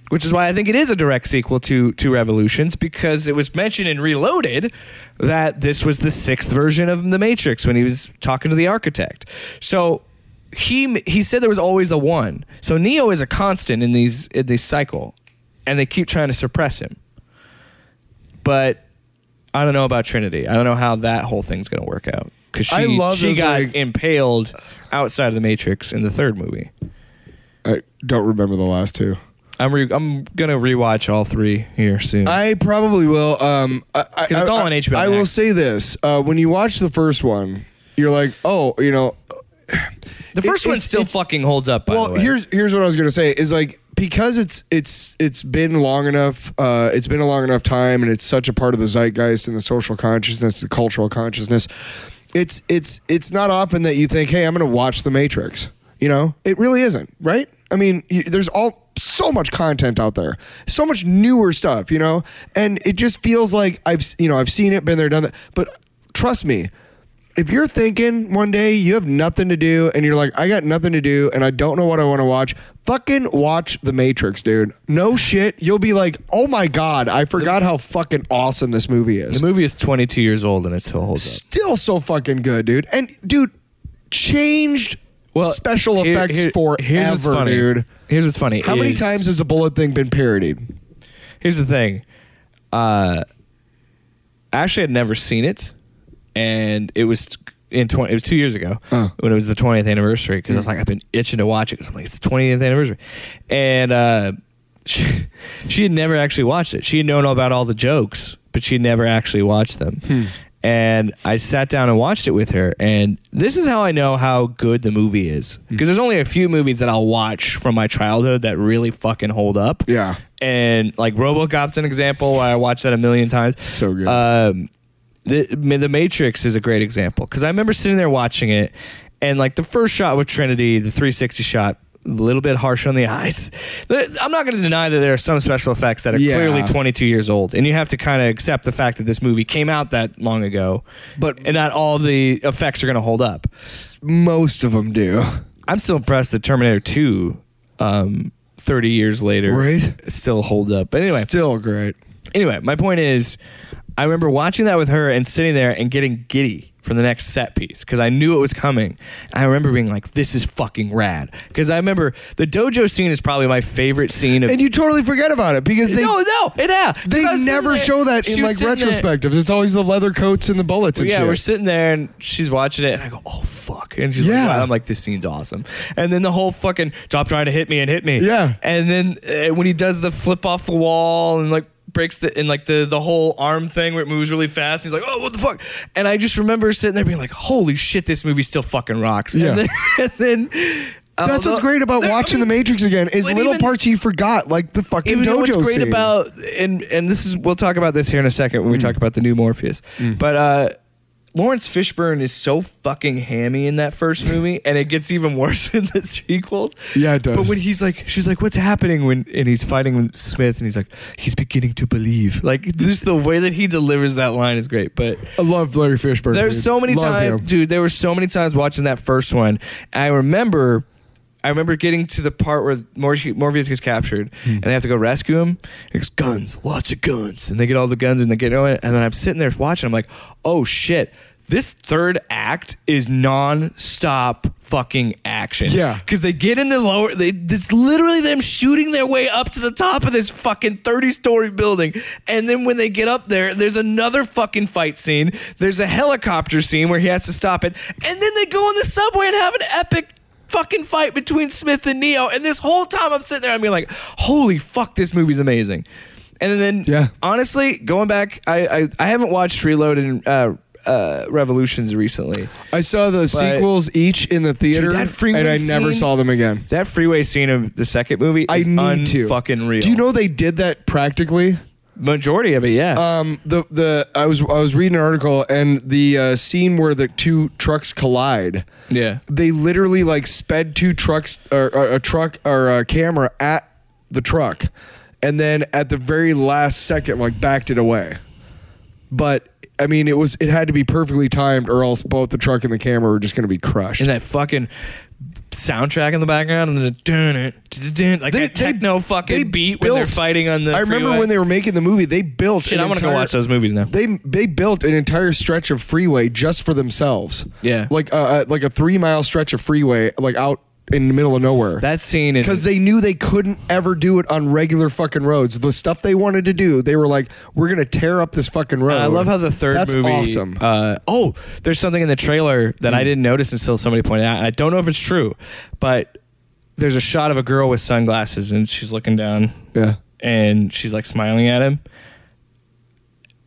Speaker 1: Which is why I think it is a direct sequel to to Revolutions because it was mentioned in Reloaded that this was the sixth version of the Matrix when he was talking to the architect. So he he said there was always a one. So Neo is a constant in these in this cycle, and they keep trying to suppress him. But I don't know about Trinity. I don't know how that whole thing's going to work out because she
Speaker 2: I love
Speaker 1: she
Speaker 2: those,
Speaker 1: got
Speaker 2: like-
Speaker 1: impaled outside of the Matrix in the third movie.
Speaker 2: I don't remember the last two.
Speaker 1: I'm re- I'm gonna rewatch all three here soon.
Speaker 2: I probably will. Um, I, I,
Speaker 1: 'Cause it's all
Speaker 2: I-
Speaker 1: on HBO
Speaker 2: I
Speaker 1: Max.
Speaker 2: will say this: uh, when you watch the first one, you're like, "Oh, you know."
Speaker 1: the first
Speaker 2: it-
Speaker 1: one
Speaker 2: it's-
Speaker 1: still
Speaker 2: it's-
Speaker 1: fucking holds up. By
Speaker 2: well,
Speaker 1: the way.
Speaker 2: here's here's what I was gonna say is like because it's it's it's been long enough. Uh, it's been a long enough time, and it's such a part of the zeitgeist and the social consciousness, the cultural consciousness. It's it's it's not often that you think, "Hey, I'm gonna watch The Matrix." You know, it really isn't, right? I mean, you, there's all so much content out there, so much newer stuff, you know, and it just feels like I've s- you know I've seen it, been there, done that. But trust me, if you're thinking one day you have nothing to do and you're like, I got nothing to do and I don't know what I want to watch, fucking watch The Matrix, dude. No shit. You'll be like, oh my God, I forgot how fucking awesome this movie is.
Speaker 1: the movie is 22 years old and it still holds up.
Speaker 2: Still so fucking good, dude. And dude, changed special
Speaker 1: here-
Speaker 2: effects
Speaker 1: here-
Speaker 2: forever,
Speaker 1: here's what's funny.
Speaker 2: dude.
Speaker 1: Here's what's funny.
Speaker 2: How many
Speaker 1: is-
Speaker 2: times has the bullet thing been parodied?
Speaker 1: Here's the thing. Uh, Ashley had never seen it, and it was in twenty. It was two years ago
Speaker 2: Oh.
Speaker 1: when it was the twentieth anniversary because I was like, I've been itching to watch it because I'm like, it's the twentieth anniversary, and uh, she, she had never actually watched it. She had known about all the jokes, but she never actually watched them. And I sat down and watched it with her, and this is how I know how good the movie is because there's only a few movies that I'll watch from my childhood that really fucking hold up.
Speaker 2: Yeah.
Speaker 1: and like RoboCop's an example where I watched that a million times.
Speaker 2: So good.
Speaker 1: Um, the The Matrix is a great example because I remember sitting there watching it, and like the first shot with Trinity, the 360 shot, a little bit harsh on the eyes. There- I'm not going to deny that there are some special effects that are
Speaker 2: Yeah.
Speaker 1: clearly 22 years old, and you have to kind of accept the fact that this movie came out that long ago,
Speaker 2: But-
Speaker 1: and not all the effects are going to hold up.
Speaker 2: Most of them do.
Speaker 1: I'm still impressed that Terminator 2, um, 30 years later,
Speaker 2: Right.
Speaker 1: still holds up. But anyway,
Speaker 2: Still great.
Speaker 1: anyway, my point is, I remember watching that with her and sitting there and getting giddy from the next set piece because I knew it was coming. And I remember being like, "This is fucking rad." Because I remember the dojo scene is probably my favorite scene of.
Speaker 2: And you totally forget about it because they
Speaker 1: no, no, it, yeah. 'Cause
Speaker 2: they
Speaker 1: I was sitting
Speaker 2: never
Speaker 1: there-
Speaker 2: show that in
Speaker 1: she was
Speaker 2: like
Speaker 1: sitting there-
Speaker 2: retrospectives. It's always the leather coats and the bullets and
Speaker 1: yeah,
Speaker 2: shit.
Speaker 1: we're sitting there and she's watching it, and I go, "Oh fuck!" And she's
Speaker 2: Yeah.
Speaker 1: like, wow. "I'm like, this scene's awesome." And then the whole fucking stop trying to hit me and hit me.
Speaker 2: Yeah.
Speaker 1: And then uh, when he does the flip off the wall and like breaks the and like the the whole arm thing where it moves really fast, he's like, "Oh, what the fuck!" And I just remember sitting there being like, "Holy shit, this movie still fucking rocks."
Speaker 2: Yeah.
Speaker 1: And then, and then
Speaker 2: That's what's great about watching The Matrix again is
Speaker 1: but
Speaker 2: little
Speaker 1: even-
Speaker 2: parts you forgot, like the fucking
Speaker 1: even
Speaker 2: dojo
Speaker 1: though what's great
Speaker 2: scene. Mm.
Speaker 1: about and and this is we'll talk about this here in a second when we talk about the new Morpheus. But uh Lawrence Fishburne is so fucking hammy in that first movie, and it gets even worse in the sequels.
Speaker 2: Yeah, it does.
Speaker 1: But when he's like, she's like, "What's happening?" When and he's fighting with Smith, and he's like, "He's beginning to believe." Like, just the way that he delivers that line is great. But
Speaker 2: I love Larry Fishburne.
Speaker 1: there's
Speaker 2: dude.
Speaker 1: so many
Speaker 2: Love
Speaker 1: times,
Speaker 2: him.
Speaker 1: dude. There were so many times watching that first one. I remember, I remember getting to the part where Morphe- Morpheus gets captured,
Speaker 2: Hmm.
Speaker 1: and they have to go rescue him. It's guns, lots of guns, and they get all the guns, and they get on it. And then I'm sitting there watching. I'm like, oh shit. This third act is non-stop fucking action.
Speaker 2: Yeah.
Speaker 1: because they get in the lower. They, it's literally them shooting their way up to the top of this fucking thirty-story building, and then when they get up there, there's another fucking fight scene. There's a helicopter scene where he has to stop it, and then they go on the subway and have an epic fucking fight between Smith and Neo. And this whole time, I'm sitting there, I'm being like, "Holy fuck, this movie's amazing." And then,
Speaker 2: Yeah.
Speaker 1: honestly, going back, I I, I haven't watched Reload and uh, uh, Revolutions recently.
Speaker 2: I saw the sequels each in the theater,
Speaker 1: that freeway
Speaker 2: and I never
Speaker 1: scene-
Speaker 2: saw them again.
Speaker 1: That freeway scene of the second movie
Speaker 2: I
Speaker 1: is
Speaker 2: need to
Speaker 1: fucking real.
Speaker 2: Do you know they did that practically?
Speaker 1: majority of it? Yeah.
Speaker 2: Um, the the I was I was reading an article, and the uh, scene where the two trucks collide.
Speaker 1: yeah.
Speaker 2: They literally like sped two trucks or, or a truck or a camera at the truck, and then at the very last second, like backed it away. But I mean, it was it had to be perfectly timed, or else both the truck and the camera were just going to be crushed.
Speaker 1: And that fucking soundtrack in the background and the dun it, dun like that techno fucking
Speaker 2: they
Speaker 1: beat when they're
Speaker 2: built-
Speaker 1: fighting on the.
Speaker 2: I remember
Speaker 1: freeway.
Speaker 2: when they were making the movie, they built.
Speaker 1: Shit,
Speaker 2: an
Speaker 1: I'm gonna go
Speaker 2: entire-
Speaker 1: watch those movies now.
Speaker 2: They they built an entire stretch of freeway just for themselves.
Speaker 1: Yeah.
Speaker 2: like a, a like a three mile stretch of freeway, like out in the middle of nowhere.
Speaker 1: that scene is
Speaker 2: because they knew they couldn't ever do it on regular fucking roads. The stuff they wanted to do, they were like, "We're gonna tear up this fucking road."
Speaker 1: And I love how the third
Speaker 2: That's
Speaker 1: movie.
Speaker 2: awesome. Mm.
Speaker 1: Uh, oh, there's something in the trailer that I didn't notice until somebody pointed out. I don't know if it's true, but there's a shot of a girl with sunglasses and she's looking down.
Speaker 2: Yeah.
Speaker 1: And she's like smiling at him.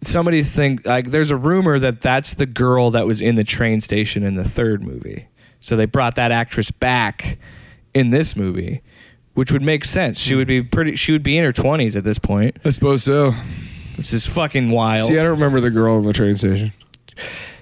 Speaker 1: Somebody's think like there's a rumor that that's the girl that was in the train station in the third movie. So they brought that actress back in this movie, which would make sense. She would be pretty. She would be in her twenties at this point,
Speaker 2: I suppose so.
Speaker 1: which is fucking wild.
Speaker 2: See, I don't remember the girl in the train station.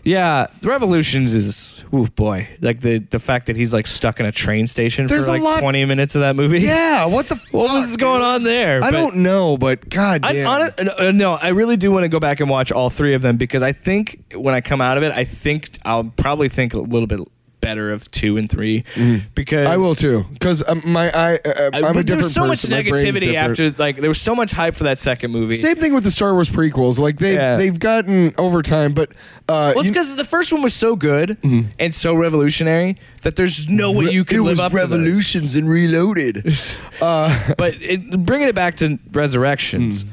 Speaker 1: Yeah, the Revolutions is oh boy, like the the fact that he's like stuck in a train station
Speaker 2: There's a
Speaker 1: for like
Speaker 2: lot-
Speaker 1: twenty minutes of that movie.
Speaker 2: Yeah, what the?
Speaker 1: what was going on there?
Speaker 2: I
Speaker 1: But
Speaker 2: don't know, but god
Speaker 1: I,
Speaker 2: damn.
Speaker 1: honest- uh, no, I really do want to go back and watch all three of them because I think when I come out of it, I think I'll probably think a little bit better of two and three because
Speaker 2: Mm. I will too, because um, my I uh,
Speaker 1: I-
Speaker 2: I'm a
Speaker 1: but there
Speaker 2: different
Speaker 1: was so
Speaker 2: person. My
Speaker 1: much
Speaker 2: brain's
Speaker 1: negativity
Speaker 2: different.
Speaker 1: after like there was so much hype for that second movie.
Speaker 2: Same thing with the Star Wars prequels. Like they
Speaker 1: Yeah.
Speaker 2: they've gotten over time, but uh,
Speaker 1: Well,
Speaker 2: you- Mm-hmm.
Speaker 1: it's because the first one was so good and so revolutionary that there's no way you could
Speaker 2: it
Speaker 1: live
Speaker 2: was
Speaker 1: up to those.
Speaker 2: Revolutions and Reloaded. uh,
Speaker 1: but it, bringing it back to resurrections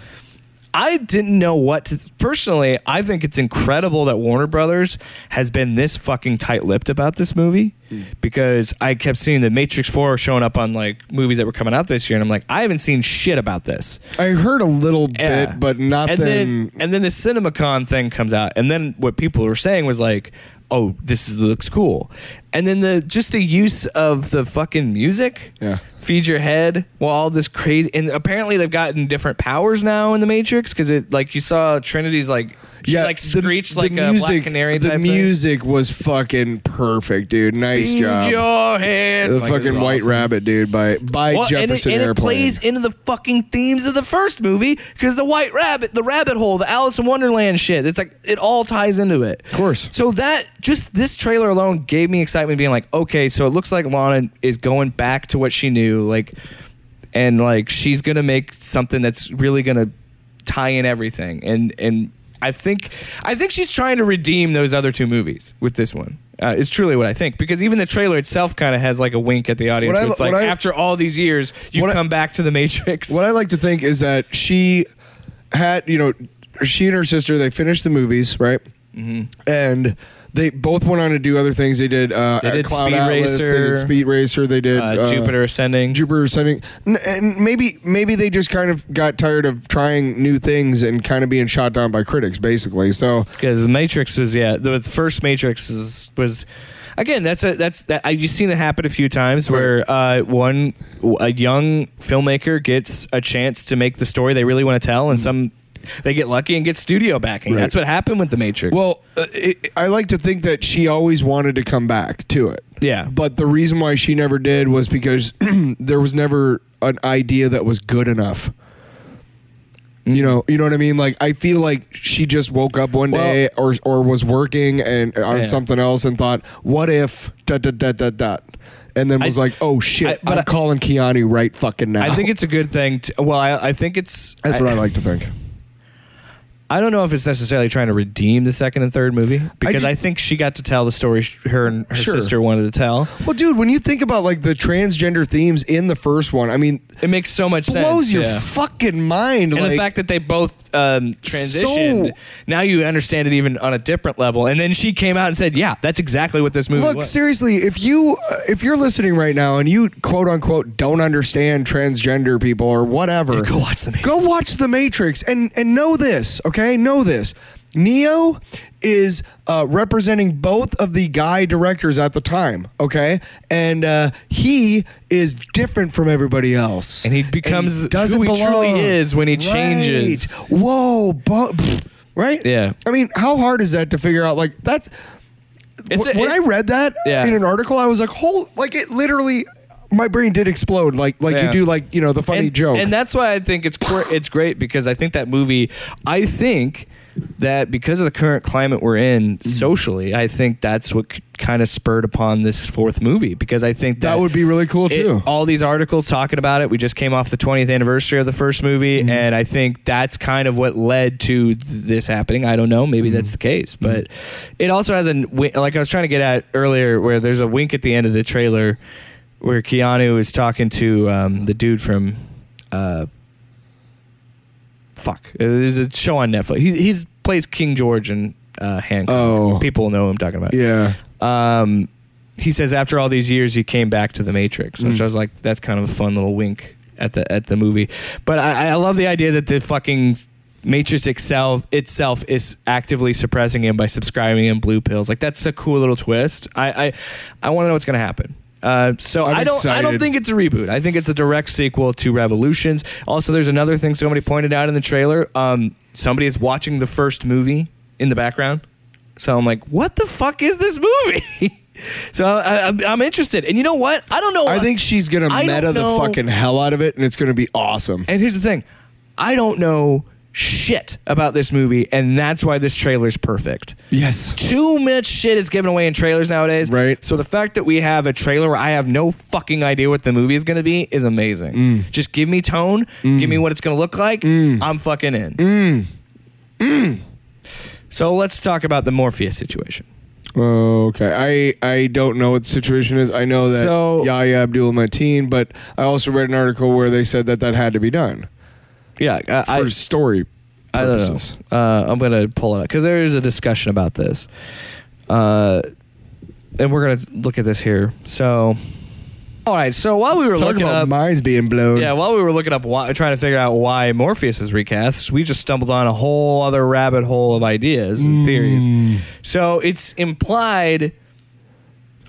Speaker 1: I didn't know what to. Personally, I think it's incredible that Warner Brothers has been this fucking tight lipped about this movie because I kept seeing The Matrix 4 showing up on like movies that were coming out this year. And I'm like, I haven't seen shit about this.
Speaker 2: I heard a little
Speaker 1: Yeah.
Speaker 2: bit, but nothing.
Speaker 1: And then, and then the CinemaCon thing comes out, and then what people were saying was like, "Oh, this is, looks cool," and then the just the use of the fucking music,
Speaker 2: Yeah.
Speaker 1: feed your head, while all this crazy, and apparently they've gotten different powers now in the Matrix because it like you saw Trinity's like she like
Speaker 2: the-
Speaker 1: screeched
Speaker 2: the
Speaker 1: like a black canary
Speaker 2: The
Speaker 1: type
Speaker 2: music was fucking perfect, dude. Nice
Speaker 1: thing.
Speaker 2: job.
Speaker 1: Feed your head,
Speaker 2: the
Speaker 1: Like, it was
Speaker 2: fucking White
Speaker 1: awesome.
Speaker 2: Rabbit, dude, by by
Speaker 1: Well, and it,
Speaker 2: Jefferson
Speaker 1: and it
Speaker 2: Airplane.
Speaker 1: plays into the fucking themes of the first movie because the White Rabbit, the Rabbit Hole, the Alice in Wonderland shit. It's like it all ties into it. Of
Speaker 2: course.
Speaker 1: So that just this trailer alone gave me excitement, being like, okay, so it looks like Lana is going back to what she knew, like, and like she's gonna make something that's really gonna tie in everything, and and I think I think she's trying to redeem those other two movies with this one. Uh, it's truly what I think because even the trailer itself kind of has like a wink at the audience.
Speaker 2: What I-
Speaker 1: it's like
Speaker 2: what I-
Speaker 1: after all these years, you
Speaker 2: What I-
Speaker 1: come back to the Matrix.
Speaker 2: What I like to think is that she had, you know, she and her sister they finished the movies, right?
Speaker 1: Mm-hmm.
Speaker 2: And they both went on to do other things. They did, uh,
Speaker 1: They did
Speaker 2: Cloud
Speaker 1: Speed
Speaker 2: Atlas, they
Speaker 1: Racer,
Speaker 2: did Speed Racer, they did
Speaker 1: uh, Jupiter Ascending.
Speaker 2: Jupiter Ascending, N- and maybe maybe they just kind of got tired of trying new things and kind of being shot down by critics, basically. So
Speaker 1: because the Matrix was yeah the first Matrix is, was again that's a that's that I, you've seen it happen a few times where uh, one a young filmmaker gets a chance to make the story they really want to tell and some they get lucky and get studio backing
Speaker 2: Mm. Right.
Speaker 1: that's what happened with the Matrix
Speaker 2: Well, uh, it, I like to think that she always wanted to come back to it.
Speaker 1: Yeah.
Speaker 2: But the reason why she never did was because there was never an idea that was good enough. You know, you know what I mean. Like, I feel like she just woke up one
Speaker 1: Well-
Speaker 2: day, or or was working and on
Speaker 1: Yeah.
Speaker 2: something else, and thought, "What if dot dot dot dot dot," and then
Speaker 1: I-
Speaker 2: was like, "Oh shit,
Speaker 1: I- but
Speaker 2: I'm
Speaker 1: I-
Speaker 2: calling Keanu right fucking now."
Speaker 1: I think it's a good thing to, well I, I think it's
Speaker 2: that's what I like to think.
Speaker 1: I don't know if it's necessarily trying to redeem the second and third movie because
Speaker 2: ju-
Speaker 1: I, think she got to tell the story sh- her and her
Speaker 2: Sure.
Speaker 1: sister wanted to tell.
Speaker 2: Well, dude, when you think about like the transgender themes in the first one, I mean,
Speaker 1: It makes so much sense.
Speaker 2: blows your
Speaker 1: yeah.
Speaker 2: fucking mind.
Speaker 1: and
Speaker 2: like,
Speaker 1: the fact that they both um, transitioned,
Speaker 2: So-
Speaker 1: now you understand it even on a different level. And then she came out and said, "Yeah, that's exactly what this movie
Speaker 2: look
Speaker 1: was."
Speaker 2: seriously, if you uh, if you're listening right now and you quote unquote don't understand transgender people or whatever,
Speaker 1: go watch The Matrix.
Speaker 2: Go watch The Matrix and and know this, okay? Know this. Neo is uh, representing both of the guy directors at the time, okay? And uh, he is different from everybody else,
Speaker 1: And he becomes
Speaker 2: doesn't
Speaker 1: who he truly
Speaker 2: belong.
Speaker 1: is when he changes.
Speaker 2: Right. Whoa, bu- pfft, right?
Speaker 1: Yeah.
Speaker 2: I mean, how hard is that to figure out? Like that's
Speaker 1: It's
Speaker 2: Wh-
Speaker 1: a-
Speaker 2: when I
Speaker 1: it-
Speaker 2: read that
Speaker 1: Yeah.
Speaker 2: in an article, I was like, "Whole like it literally." My brain did explode, like like you
Speaker 1: Yeah.
Speaker 2: do, like you know the funny
Speaker 1: and,
Speaker 2: joke.
Speaker 1: and that's why I think it's quir- it's great because I think that movie. I think that because of the current climate we're in
Speaker 2: Mm-hmm.
Speaker 1: socially, I think that's what kind of spurred upon this fourth movie because I think that,
Speaker 2: That would be really cool,
Speaker 1: it-
Speaker 2: too.
Speaker 1: all these articles talking about it. We just came off the 20th anniversary of the first movie,
Speaker 2: Mm-hmm.
Speaker 1: and I think that's kind of what led to th- this happening. I don't know, maybe
Speaker 2: Mm-hmm.
Speaker 1: that's the case, but it also has a n- wi- like I was trying to get at earlier, where there's a wink at the end of the trailer where Keanu is talking to um, the dude from. Uh, fuck, Uh, there's a show on Netflix. He he's plays King George and uh, Hancock.
Speaker 2: Oh.
Speaker 1: people know who I'm talking about
Speaker 2: yeah,
Speaker 1: um, he says after all these years he came back to the Matrix,
Speaker 2: Hmm.
Speaker 1: which I was like, that's kind of a fun little wink at the at the movie. But I, I love the idea that the fucking Matrix itself itself is actively suppressing him by subscribing him blue pills. Like that's a cool little twist. I I, I want to know what's gonna happen. Uh, so
Speaker 2: I'm
Speaker 1: I don't I
Speaker 2: excited.
Speaker 1: don't think it's a reboot. I think it's a direct sequel to Revolutions. Also, there's another thing somebody pointed out in the trailer. Um, somebody is watching the first movie in the background. So I'm like, what the fuck is this movie? so I, I, I'm interested. And you know what? I don't know.
Speaker 2: I
Speaker 1: what-
Speaker 2: think she's gonna
Speaker 1: I don't
Speaker 2: meta the
Speaker 1: know-
Speaker 2: fucking hell out of it, and it's gonna be awesome.
Speaker 1: And here's the thing I don't know shit about this movie. And that's why this trailer's perfect.
Speaker 2: yes,
Speaker 1: Too much shit is given away in trailers nowadays.
Speaker 2: Right.
Speaker 1: So the fact that we have a trailer where I have no fucking idea what the movie is going to be is amazing. Just give me tone, give me what it's going to look like. I'm fucking in. Mm. So let's talk about the Morpheus situation.
Speaker 2: Oh, Okay, I I don't know what the situation is. I know that
Speaker 1: So-
Speaker 2: Yahya Abdul Mateen, but I also read an article where they said that that had to be done
Speaker 1: Yeah, I-
Speaker 2: for
Speaker 1: I,
Speaker 2: story
Speaker 1: I don't know.
Speaker 2: purposes.
Speaker 1: Uh, I'm gonna pull it up because there is a discussion about this, uh, and we're gonna look at this here. So, all right. So while we were
Speaker 2: Talk
Speaker 1: looking
Speaker 2: about
Speaker 1: up,
Speaker 2: minds being blown.
Speaker 1: yeah, while we were looking up, why, trying to figure out why Morpheus was recast, we just stumbled on a whole other rabbit hole of ideas
Speaker 2: Mm.
Speaker 1: and theories. So it's implied.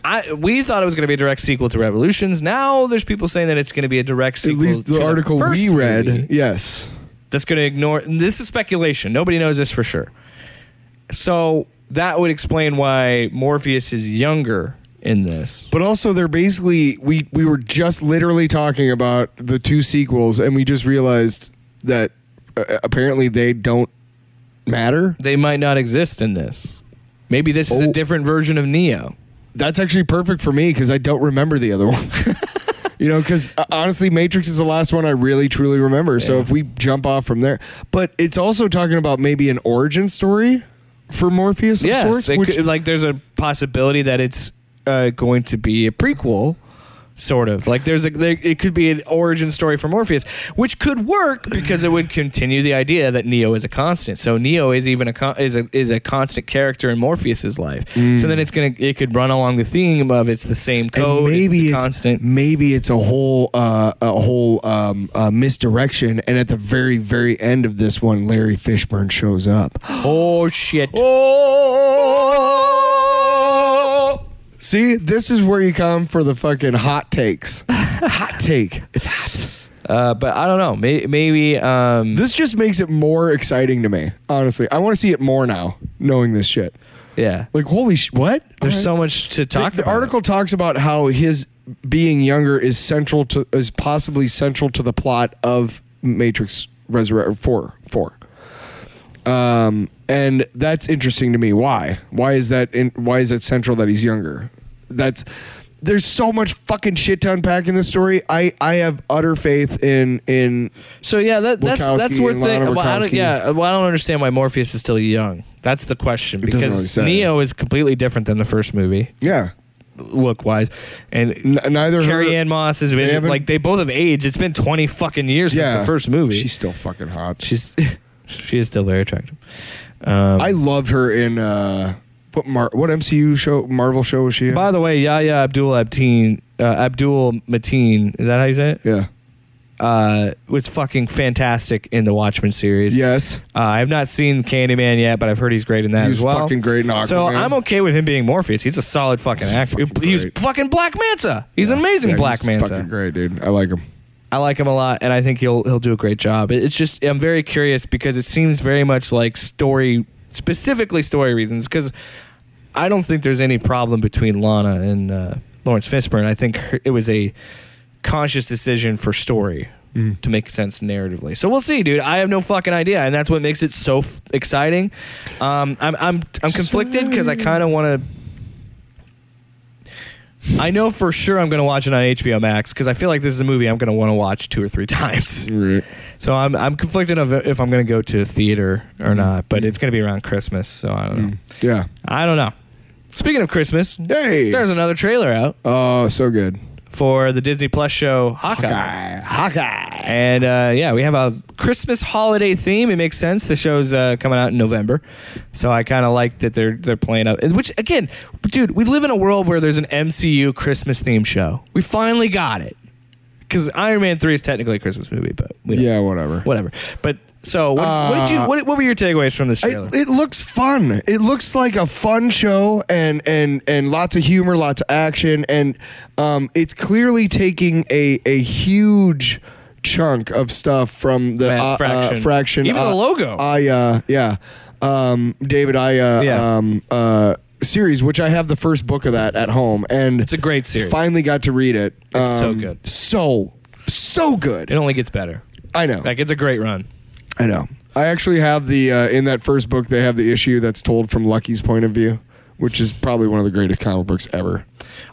Speaker 1: I, we thought it was going to be a direct sequel to Revolutions. Now there's people saying that it's going to be a direct
Speaker 2: At
Speaker 1: sequel.
Speaker 2: least
Speaker 1: to
Speaker 2: the article
Speaker 1: first
Speaker 2: we read.
Speaker 1: movie
Speaker 2: Yes.
Speaker 1: that's going to ignore this is speculation nobody knows this for sure so that would explain why morpheus is younger in this
Speaker 2: But also, they're basically we we were just literally talking about the two sequels, and we just realized that uh, apparently they don't matter.
Speaker 1: they might not exist in this maybe this is a
Speaker 2: Oh.
Speaker 1: different version of neo
Speaker 2: That's actually perfect for me because I don't remember the other one. you know, because uh, honestly, Matrix is the last one I really truly remember. So if we jump off from there, but it's also talking about maybe an origin story for Morpheus. Of
Speaker 1: yes
Speaker 2: sorts,
Speaker 1: it
Speaker 2: which-
Speaker 1: could, like there's a possibility that it's uh, going to be a prequel sort of like there's a there, it could be an origin story for morpheus which could work because it would continue the idea that neo is a constant so neo is even a con- is a is a constant character in morpheus's life so then it's gonna it could run along the theme of it's the same
Speaker 2: Mm. And
Speaker 1: code oh, it's
Speaker 2: maybe
Speaker 1: the
Speaker 2: it's,
Speaker 1: constant
Speaker 2: Maybe it's a whole uh, a whole um, uh, misdirection, and at the very very end of this one, Larry Fishburne shows up.
Speaker 1: oh shit
Speaker 2: Oh. See, this is where you come for the fucking hot takes. hot take. It's hot.
Speaker 1: uh, but i don't know may, maybe um
Speaker 2: This just makes it more exciting to me. Honestly, I want to see it more now, knowing this shit.
Speaker 1: yeah
Speaker 2: Like, holy sh! What?
Speaker 1: there's
Speaker 2: All right.
Speaker 1: so much to talk
Speaker 2: the, the
Speaker 1: about
Speaker 2: article talks about how his being younger is central to is possibly central to the plot of Matrix Resurrect Four Four. Um, and that's interesting to me. Why? Why is that? In, why is that central that he's younger? That's there's so much fucking shit to unpack in this story. I I have utter faith in in
Speaker 1: So yeah, that, that's
Speaker 2: Wachowski
Speaker 1: that's worth
Speaker 2: and Lana
Speaker 1: thinking. Well, I don't,
Speaker 2: Wachowski.
Speaker 1: yeah, well, I don't understand why Morpheus is still young. That's the question
Speaker 2: doesn't
Speaker 1: because
Speaker 2: really say.
Speaker 1: Neo is completely different than the first movie,
Speaker 2: yeah.
Speaker 1: look wise, and
Speaker 2: N- neither
Speaker 1: Carrie
Speaker 2: her,
Speaker 1: Ann Moss is vision,
Speaker 2: haven't-
Speaker 1: like they both have aged. It's been twenty fucking years since the first movie.
Speaker 2: She's still fucking hot.
Speaker 1: she's she is still very attractive. Um,
Speaker 2: I loved her in uh what Mar- what MCU show Marvel show was she in?
Speaker 1: by the way, Yahya Abdul Abteen uh, Abdul Mateen is that how you say it?
Speaker 2: yeah.
Speaker 1: Uh, was fucking fantastic in the Watchmen series.
Speaker 2: Yes.
Speaker 1: Uh, I have not seen Candyman yet, but I've heard he's great in that
Speaker 2: He was
Speaker 1: as well.
Speaker 2: fucking great in
Speaker 1: So
Speaker 2: Aquaman.
Speaker 1: I'm okay with him being Morpheus. He's a solid fucking
Speaker 2: He's
Speaker 1: actor.
Speaker 2: fucking
Speaker 1: He was
Speaker 2: great.
Speaker 1: fucking Black Manta. He's an amazing
Speaker 2: Yeah,
Speaker 1: Black
Speaker 2: he's Fucking
Speaker 1: Manta.
Speaker 2: great, dude. I like him.
Speaker 1: I like him a lot, and I think he'll he'll do a great job. It- It's just I'm very curious because it seems very much like story, specifically story reasons. Because I don't think there's any problem between Lana and uh, Lawrence Fishburne. I think her, it was a conscious decision for story to make sense narratively. So we'll see, dude. I have no fucking idea, and that's what makes it so f- exciting. Um, I'm I'm I'm conflicted because I kind of want to. I know for sure I'm going to watch it on HBO Max because I feel like this is a movie I'm going to want to watch two or three times. So I'm I'm conflicted of if I'm going to go to a theater or not, but it's going to be around Christmas, so I don't know.
Speaker 2: Yeah.
Speaker 1: I don't know. Speaking of Christmas,
Speaker 2: Hey.
Speaker 1: there's another trailer out
Speaker 2: oh, so good.
Speaker 1: for the Disney Plus show Hawkeye.
Speaker 2: Hawkeye.
Speaker 1: And uh, yeah, we have a Christmas holiday theme. It makes sense. The show's uh, coming out in November, so I kind of like that they're they're playing up. Which again, dude, we live in a world where there's an MCU Christmas theme show. We finally got it because Iron Man Three is technically a Christmas movie, but we don't-
Speaker 2: Yeah, whatever.
Speaker 1: whatever. But so what, what did you
Speaker 2: Uh,
Speaker 1: what, what were your takeaways from this trailer?
Speaker 2: It, it looks fun. It looks like a fun show, and and and lots of humor, lots of action, and um, it's clearly taking a a huge chunk of stuff from the
Speaker 1: Fra-
Speaker 2: uh, uh,
Speaker 1: Fraction.
Speaker 2: fraction,
Speaker 1: Even the
Speaker 2: uh,
Speaker 1: logo.
Speaker 2: I uh, yeah, um, David I uh,
Speaker 1: Yeah.
Speaker 2: um, uh, series, which I have the first book of that at home, and
Speaker 1: It's a great series.
Speaker 2: Finally got to read it. Um,
Speaker 1: It's so good.
Speaker 2: so so good.
Speaker 1: it only gets better.
Speaker 2: I know.
Speaker 1: Like it's a great run.
Speaker 2: I know. I actually have the uh, in that first book. They have the issue that's told from Lucky's point of view, which is probably one of the greatest comic books ever.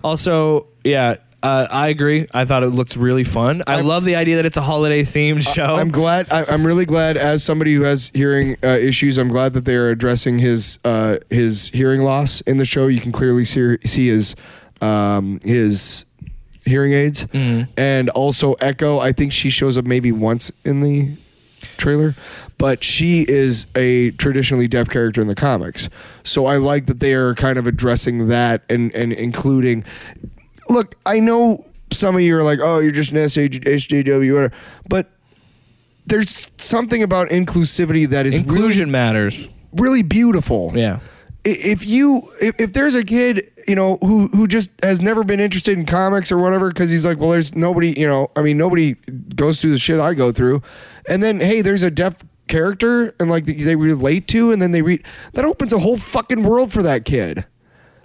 Speaker 1: Also, yeah, uh, I agree. I thought it looked really fun. I love the idea that it's a holiday themed show.
Speaker 2: I'm glad. I, I'm really glad, as somebody who has hearing uh, issues, I'm glad that they are addressing his uh, his hearing loss in the show. You can clearly see see his um, his hearing aids, and also Echo. I think she shows up maybe once in the trailer, but she is a traditionally deaf character in the comics. So I like that they are kind of addressing that and, and including. Look, I know some of you are like, oh, you're just an SH, SJW, whatever. But there's something about inclusivity that is
Speaker 1: Inclusion
Speaker 2: really,
Speaker 1: matters.
Speaker 2: really beautiful.
Speaker 1: Yeah.
Speaker 2: I- If you if, if there's a kid you know who who just has never been interested in comics or whatever because he's like well there's nobody you know I mean nobody goes through the shit I go through, and then hey there's a deaf character and like they relate to and then they read that opens a whole fucking world for that kid.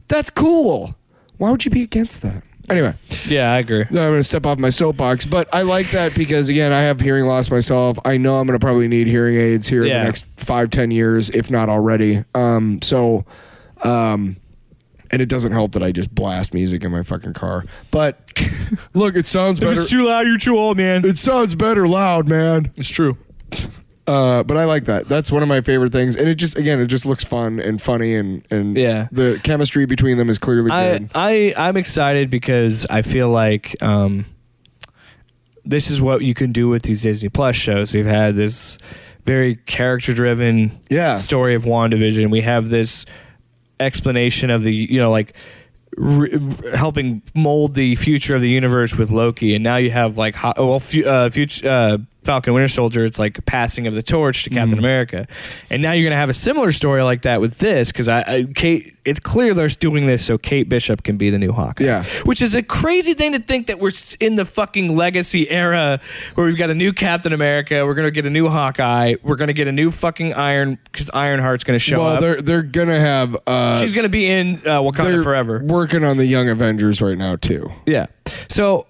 Speaker 2: That's cool. Why would you be against that? Anyway.
Speaker 1: Yeah, I agree.
Speaker 2: No, I'm going to step off my soapbox, but I like that because again, I have hearing loss myself. I know I'm going to probably need hearing aids here in
Speaker 1: Yeah.
Speaker 2: the next five, ten years, if not already. Um, so, um, and it doesn't help that I just blast music in my fucking car. But look, it sounds better.
Speaker 1: too loud, you're too old, man.
Speaker 2: It sounds better loud, man.
Speaker 1: It's true.
Speaker 2: Uh, but I like that. That's one of my favorite things, and it just again, it just looks fun and funny, and and
Speaker 1: Yeah.
Speaker 2: the chemistry between them is clearly
Speaker 1: I,
Speaker 2: good.
Speaker 1: I I'm excited because I feel like um, this is what you can do with these Disney Plus shows. We've had this very character driven
Speaker 2: Yeah.
Speaker 1: story of WandaVision. We have this explanation of the you know like re- helping mold the future of the universe with Loki, and now you have like ho- well fu- uh, future. Uh, Falcon Winter Soldier, it's like passing of the torch to Captain America, and now you're gonna have a similar story like that with this because I, I Kate, it's clear they're doing this so Kate Bishop can be the new Hawkeye,
Speaker 2: Yeah.
Speaker 1: which is a crazy thing to think that we're s- in the fucking legacy era where we've got a new Captain America, we're gonna get a new Hawkeye, we're gonna get a new fucking Iron because Ironheart's gonna show
Speaker 2: well,
Speaker 1: up.
Speaker 2: they're they're gonna have uh,
Speaker 1: She's gonna be in uh, Wakanda
Speaker 2: they're
Speaker 1: forever.
Speaker 2: working on the Young Avengers right now too.
Speaker 1: Yeah. So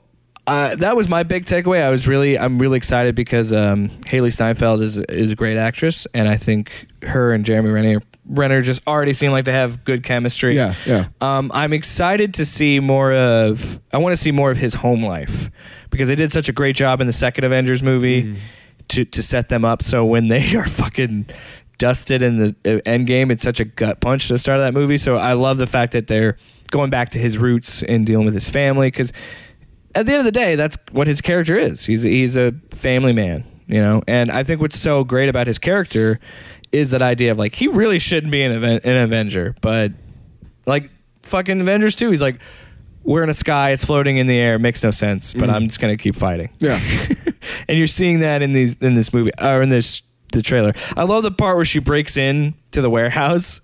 Speaker 1: uh, that was my big takeaway. I was really, I'm really excited because um, Haley Steinfeld is is a great actress, and I think her and Jeremy Renner Renner just already seem like they have good chemistry.
Speaker 2: Yeah, yeah.
Speaker 1: Um, I'm excited to see more of. I want to see more of his home life because they did such a great job in the second Avengers movie to to set them up. So when they are fucking dusted in the uh, end game, it's such a gut punch to the start of that movie. So I love the fact that they're going back to his roots and dealing with his family because at the end of the day, that's what his character is. He's he's a family man, you know. And I think what's so great about his character is that idea of like he really shouldn't be an event, an Avenger, but like fucking Avengers too. He's like, we're in a sky, it's floating in the air, it makes no sense, but I'm just gonna keep fighting.
Speaker 2: Mm-hmm. Yeah.
Speaker 1: and you're seeing that in these in this movie or in this the trailer. I love the part where she breaks in to the warehouse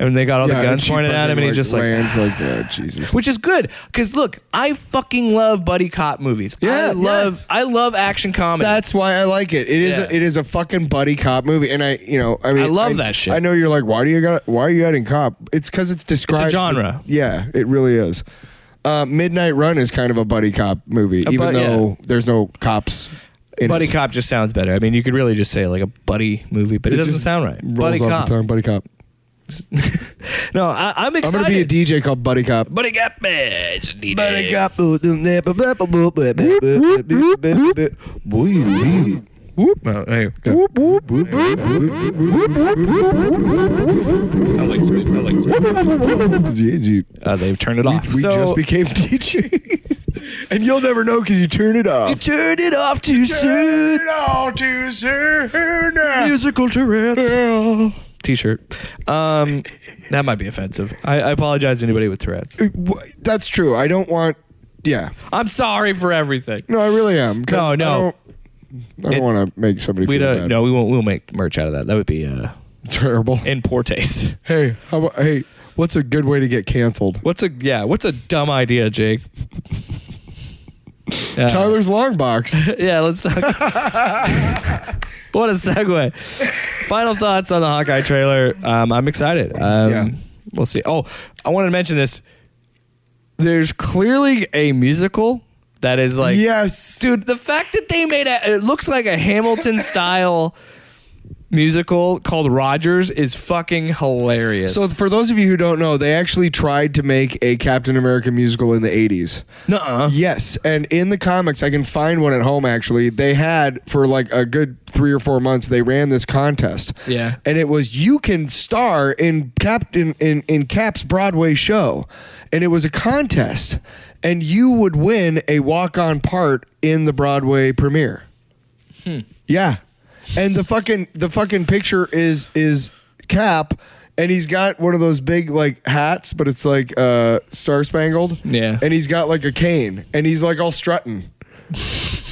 Speaker 1: and they got all
Speaker 2: Yeah,
Speaker 1: the
Speaker 2: and
Speaker 1: guns
Speaker 2: she
Speaker 1: pointed at
Speaker 2: fucking,
Speaker 1: him, and he's just like,
Speaker 2: lands like oh, Jesus.
Speaker 1: which is good because look, I fucking love buddy cop movies.
Speaker 2: Yeah,
Speaker 1: I love
Speaker 2: yes.
Speaker 1: I love action comedy.
Speaker 2: That's why I like it. It is
Speaker 1: Yeah.
Speaker 2: a, it is a fucking buddy cop movie, and I you know I mean
Speaker 1: I love that shit.
Speaker 2: I know you're like why do you got why are you adding cop? It's because it's described
Speaker 1: genre.
Speaker 2: yeah, it really is. Uh, Midnight Run is kind of a buddy cop movie, even
Speaker 1: bu-
Speaker 2: though there's no cops. In
Speaker 1: buddy
Speaker 2: it.
Speaker 1: cop just sounds better. I mean, you could really just say like a buddy movie, but it, doesn't
Speaker 2: just
Speaker 1: sound right.
Speaker 2: rolls
Speaker 1: Buddy
Speaker 2: off the
Speaker 1: cop.
Speaker 2: tongue, buddy cop.
Speaker 1: No, I, I'm
Speaker 2: I'm
Speaker 1: excited.
Speaker 2: gonna be a DJ called Buddy Cop.
Speaker 1: buddy cop bitch.
Speaker 4: Buddy got boo doo nip, blah, blah, blah, blah, blah, blah, blah, blah, blah. Boy,
Speaker 1: Whoop. Oh, hey. Whoop, whoop, whoop, whoop, whoop, whoop, whoop, whoop. Sounds like sweet. Sounds like sweet.
Speaker 2: We
Speaker 1: Uh, they've turned it off.
Speaker 2: we
Speaker 1: so,
Speaker 2: just became DJs, and you'll never know because you turn it off.
Speaker 4: Turn it off too soon.
Speaker 1: musical Tourette's. T-shirt. Um, that might be offensive. I, I apologize to anybody with Tourette's.
Speaker 2: Wha- That's true. I don't want. Yeah.
Speaker 1: I'm sorry for everything.
Speaker 2: No, I really am. 'cause
Speaker 1: No,
Speaker 2: I
Speaker 1: no.
Speaker 2: don't- I don't,
Speaker 1: It-
Speaker 2: want to make somebody
Speaker 1: We
Speaker 2: feel
Speaker 1: don't.
Speaker 2: bad.
Speaker 1: No, we won't. We'll make merch out of that. That would be uh,
Speaker 2: Terrible.
Speaker 1: in poor taste.
Speaker 2: Hey, how about, hey, what's a good way to get canceled?
Speaker 1: What's a yeah? What's a dumb idea, Jake? Uh,
Speaker 2: Tyler's long box.
Speaker 1: yeah, let's talk. what a segue. Final thoughts on the Hawkeye trailer. Um, I'm excited. Um,
Speaker 2: Yeah.
Speaker 1: We'll see. Oh, I wanted to mention this. There's clearly a musical that is like,
Speaker 2: yes.
Speaker 1: dude, the fact that they made a, it looks like a Hamilton style musical called Rogers is fucking hilarious.
Speaker 2: So for those of you who don't know, they actually tried to make a Captain America musical in the 80s.
Speaker 1: nuh
Speaker 2: Yes, and in the comics, I can find one at home. Actually, they had for like a good three or four months. They ran this contest.
Speaker 1: Yeah.
Speaker 2: and it was you can star in Cap in, in, in Cap's Broadway show, and it was a contest, and you would win a walk on part in the Broadway premiere. Yeah. and the fucking the fucking picture is is Cap, and he's got one of those big like hats, but it's like uh, star spangled.
Speaker 1: Yeah.
Speaker 2: and he's got like a cane, and he's like all strutting.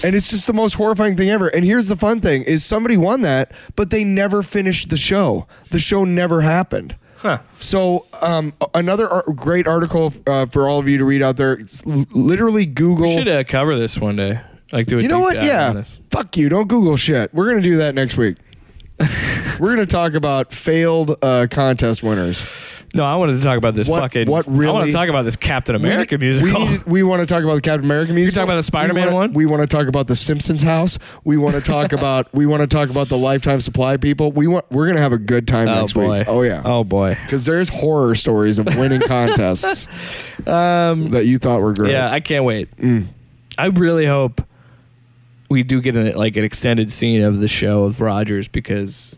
Speaker 2: And it's just the most horrifying thing ever. And here's the fun thing is somebody won that, but they never finished the show. The show never happened.
Speaker 1: Huh.
Speaker 2: So um, a- another ar- great article uh, for all of you to read out there. It's l- literally Google.
Speaker 1: We should uh, cover this one day. Like do a
Speaker 2: you know
Speaker 1: deep
Speaker 2: what?
Speaker 1: dive
Speaker 2: Yeah.
Speaker 1: on this.
Speaker 2: Fuck you. Don't Google shit. We're gonna do that next week. We're gonna talk about failed uh, contest winners.
Speaker 1: No, I wanted to talk about this
Speaker 2: What-
Speaker 1: fucking.
Speaker 2: what
Speaker 1: I want
Speaker 2: really-
Speaker 1: to talk about this Captain America
Speaker 2: we,
Speaker 1: musical.
Speaker 2: We, we want to talk about the Captain America music.
Speaker 1: talk about the Spider-Man one?
Speaker 2: We want to talk about the Simpsons house. We want to talk about. We want to talk about the Lifetime Supply people. We want. We're gonna have a good time
Speaker 1: oh
Speaker 2: next
Speaker 1: boy.
Speaker 2: week. Oh yeah.
Speaker 1: Oh boy.
Speaker 2: Because there's horror stories of winning contests
Speaker 1: Um.
Speaker 2: that you thought were great.
Speaker 1: Yeah, I can't wait.
Speaker 2: Mm.
Speaker 1: I really hope we do get an like an extended scene of the show of Rogers because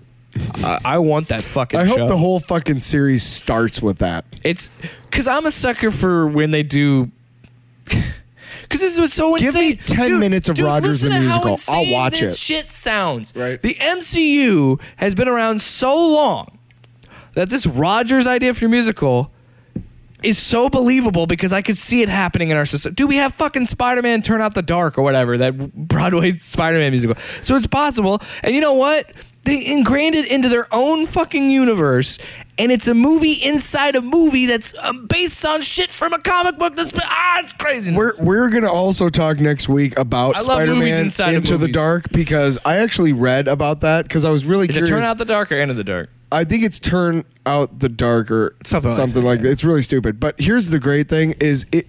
Speaker 1: I, I want that fucking.
Speaker 2: I hope
Speaker 1: show.
Speaker 2: the whole fucking series starts with that.
Speaker 1: It's because I'm a sucker for when they do. Because this was so
Speaker 2: Give
Speaker 1: insane.
Speaker 2: me 10
Speaker 1: Dude,
Speaker 2: minutes of
Speaker 1: dude,
Speaker 2: Rodgers
Speaker 1: listen
Speaker 2: the
Speaker 1: to how
Speaker 2: Musical. I'll
Speaker 1: insane
Speaker 2: watch
Speaker 1: this
Speaker 2: it.
Speaker 1: Shit sounds
Speaker 2: Right.
Speaker 1: The MCU has been around so long that this Rogers idea for your musical is so believable because I could see it happening in our society. Do we have fucking Spider Man Turn Out the Dark or whatever, that Broadway Spider Man musical? So it's possible. And you know what? They ingrained it into their own fucking universe. And it's a movie inside a movie that's um, based on shit from a comic book that's. Ah, it's crazy.
Speaker 2: We're we're gonna also talk next week
Speaker 1: I
Speaker 2: about
Speaker 1: love movies
Speaker 2: Spider-Man
Speaker 1: inside of
Speaker 2: Into the
Speaker 1: movies.
Speaker 2: Dark because I actually read about that because I was really
Speaker 1: Is it
Speaker 2: curious.
Speaker 1: Turn Out the Dark or End of the Dark?
Speaker 2: I think it's Turn Out the Dark or something,
Speaker 1: Something like
Speaker 2: something
Speaker 1: that,
Speaker 2: like, that.
Speaker 1: yeah.
Speaker 2: It's really stupid. But here's the great thing: is it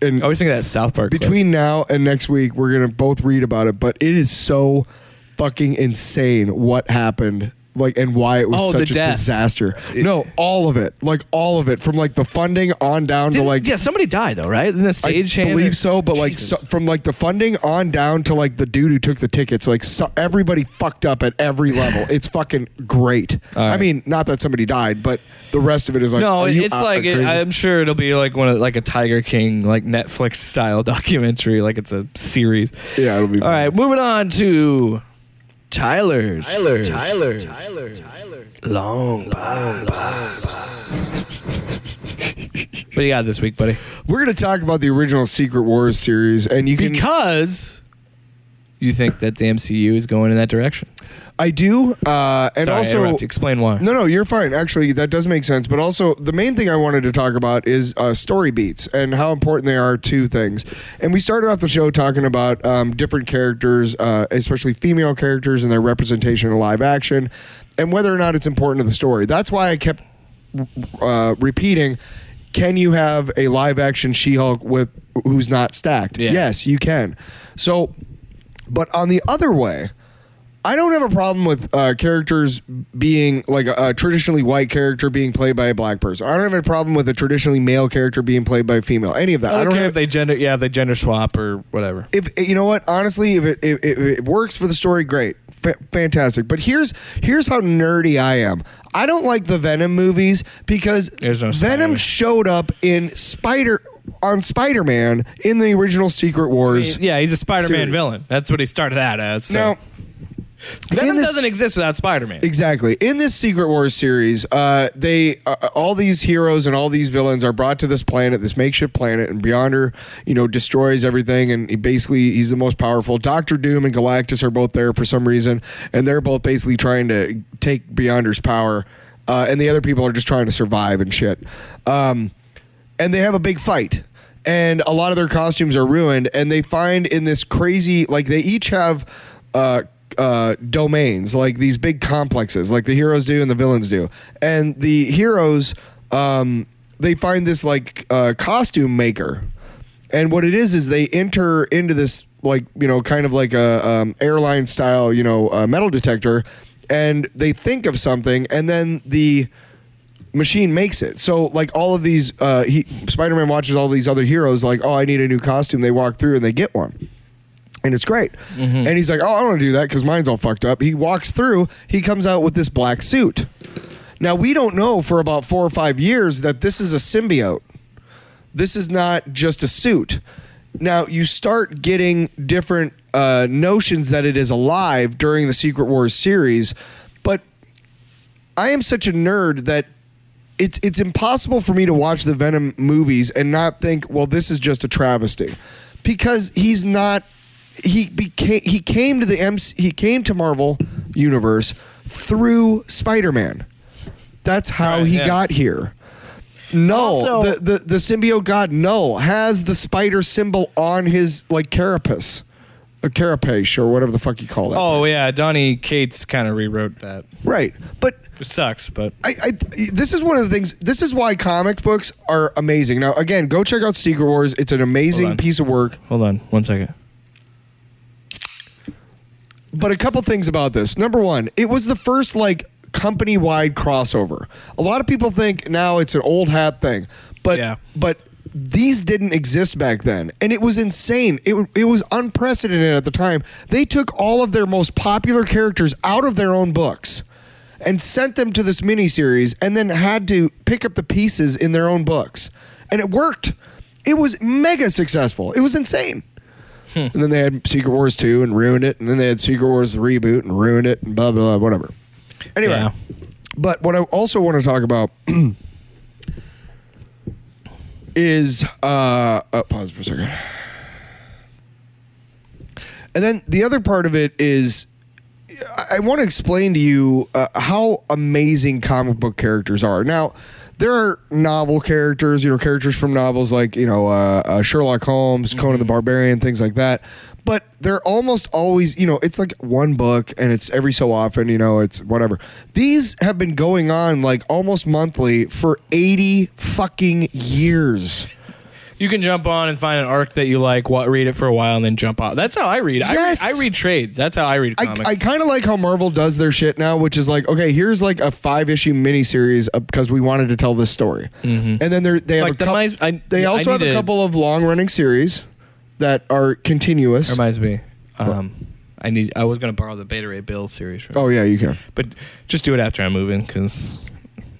Speaker 2: and
Speaker 1: I always think of that South Park. clip.
Speaker 2: between now and next week we're gonna both read about it. But it is so fucking insane what happened. Like and why it was
Speaker 1: Oh, the
Speaker 2: such a
Speaker 1: death.
Speaker 2: disaster. no, all of it, like all of it, from like the funding on down to
Speaker 1: Didn't-
Speaker 2: like
Speaker 1: yeah, somebody died though, right? In the
Speaker 2: I
Speaker 1: stage hand or-
Speaker 2: believe so, but like
Speaker 1: Jesus.
Speaker 2: so, from like the funding on down to like the dude who took the tickets, like so, everybody fucked up at every level. It's fucking great.
Speaker 1: right.
Speaker 2: I mean, not that somebody died, but the rest of it is like
Speaker 1: no,
Speaker 2: are you
Speaker 1: it's
Speaker 2: out-
Speaker 1: like it,
Speaker 2: crazy?
Speaker 1: I'm sure it'll be like one of like a Tiger King like Netflix style documentary, like it's a series.
Speaker 2: yeah, it'll be
Speaker 1: All right, moving on to Tyler's. Tyler's. Tyler's. Long. what do you got this week, buddy?
Speaker 2: We're gonna talk about the original Secret Wars series, and you can.
Speaker 1: Because you think that the MCU is going in that direction.
Speaker 2: I do, uh, and
Speaker 1: Sorry, I
Speaker 2: also
Speaker 1: interrupted. explain why.
Speaker 2: No, no, you're fine. Actually, that does make sense. But also, the main thing I wanted to talk about is uh, story beats and how important they are to things. And we started off the show talking about um, different characters, uh, especially female characters and their representation in live action, and whether or not it's important to the story. That's why I kept uh, repeating. Can you have a live action She Hulk with who's not stacked?
Speaker 1: Yeah.
Speaker 2: Yes, you can. So, but on the other way, I don't have a problem with uh, characters being like a, a traditionally white character being played by a black person. I don't have a problem with a traditionally male character being played by a female. Any of that.
Speaker 1: I don't, care
Speaker 2: have,
Speaker 1: if they gender, yeah, if they gender swap or whatever.
Speaker 2: if eh, you know what honestly if it, if, if it works for the story great Fa- fantastic but here's here's how nerdy i am i don't like the venom movies because
Speaker 1: There's no Spider-Man.
Speaker 2: venom showed up in spider on spider-man in the original secret wars
Speaker 1: Yeah, he's a Spider-Man
Speaker 2: Serious.
Speaker 1: villain. That's what he started out as. So.
Speaker 2: now
Speaker 1: Venom
Speaker 2: in this-
Speaker 1: doesn't exist without Spider-Man.
Speaker 2: Exactly. In this Secret Wars series, uh, they uh, all these heroes and all these villains are brought to this planet, this makeshift planet, and Beyonder, you know, destroys everything. And he basically, he's the most powerful. Doctor Doom and Galactus are both there for some reason, and they're both basically trying to take Beyonder's power. Uh, and the other people are just trying to survive and shit. Um, and they have a big fight and a lot of their costumes are ruined and they find in this crazy like they each have uh uh, domains like these big complexes, like the heroes do and the villains do, and the heroes, um, they find this like uh, costume maker, and what it is is they enter into this like you know kind of like a um, airline style you know uh, metal detector, and they think of something, and then the machine makes it. So like all of these, uh, he, Spider-Man watches all these other heroes like, oh, I need a new costume. They walk through and they get one. And it's great. And he's like, oh, I don't want to do that because mine's all fucked up. He walks through. He comes out with this black suit. Now we don't know for about four or five years that this is a symbiote. This is not just a suit. Now you start getting different uh, notions that it is alive during the Secret Wars series, but I am such a nerd that it's it's impossible for me to watch the Venom movies and not think, well, this is just a travesty, because he's not. He became he came to the MC, he came to Marvel universe through Spider Man. That's how
Speaker 1: Right,
Speaker 2: he
Speaker 1: yeah.
Speaker 2: got here. Null,
Speaker 1: Also-
Speaker 2: the, the the symbiote god Null has the spider symbol on his like carapace, a carapace or whatever the fuck you call it.
Speaker 1: Oh yeah, Donnie Cates kind of rewrote that.
Speaker 2: right. But
Speaker 1: It sucks, but
Speaker 2: I, I this is one of the things. This is why comic books are amazing. Now, again, go check out Secret Wars. It's an
Speaker 1: Hold on.
Speaker 2: amazing piece of work.
Speaker 1: hold on one second.
Speaker 2: But a couple things about this. Number one, it was the first like company wide crossover. A lot of people think now it's an old hat thing, but
Speaker 1: Yeah.
Speaker 2: but these didn't exist back then, and it was insane. It w- it was unprecedented at the time. They took all of their most popular characters out of their own books. And sent them to this miniseries, and then had to pick up the pieces in their own books, and it worked. It was mega successful. It was insane. And then they had Secret Wars 2 and ruined it. And then they had Secret Wars reboot and ruined it and blah, blah, blah, whatever. Anyway,
Speaker 1: Yeah.
Speaker 2: but what I also want to talk about is. Uh, uh, pause for a second. And then the other part of it is I want to explain to you uh, how amazing comic book characters are. Now, there are novel characters, you know, characters from novels like, you know, uh, uh, Sherlock Holmes, Conan the Barbarian, things like that. But they're almost always, you know, it's like one book and it's every so often, you know, it's whatever. These have been going on like almost monthly for 80 fucking years.
Speaker 1: You can jump on and find an arc that you like, what read it for a while, and then jump off. That's how I read.
Speaker 2: Yes.
Speaker 1: I, I read trades. That's how I read
Speaker 2: I,
Speaker 1: comics.
Speaker 2: I kind of like how Marvel does their shit now, which is like, okay, here's like a five issue miniseries because we wanted to tell this story, and then they're, they have
Speaker 1: Mm-hmm. Like
Speaker 2: a
Speaker 1: the
Speaker 2: couple,
Speaker 1: mice- I-
Speaker 2: they
Speaker 1: I
Speaker 2: also have
Speaker 1: need
Speaker 2: a
Speaker 1: to-
Speaker 2: couple of long running series that are continuous.
Speaker 1: reminds me. Um, I need. I was gonna borrow the Beta Ray Bill series, from,
Speaker 2: oh yeah, you can.
Speaker 1: but just do it after I'm moving because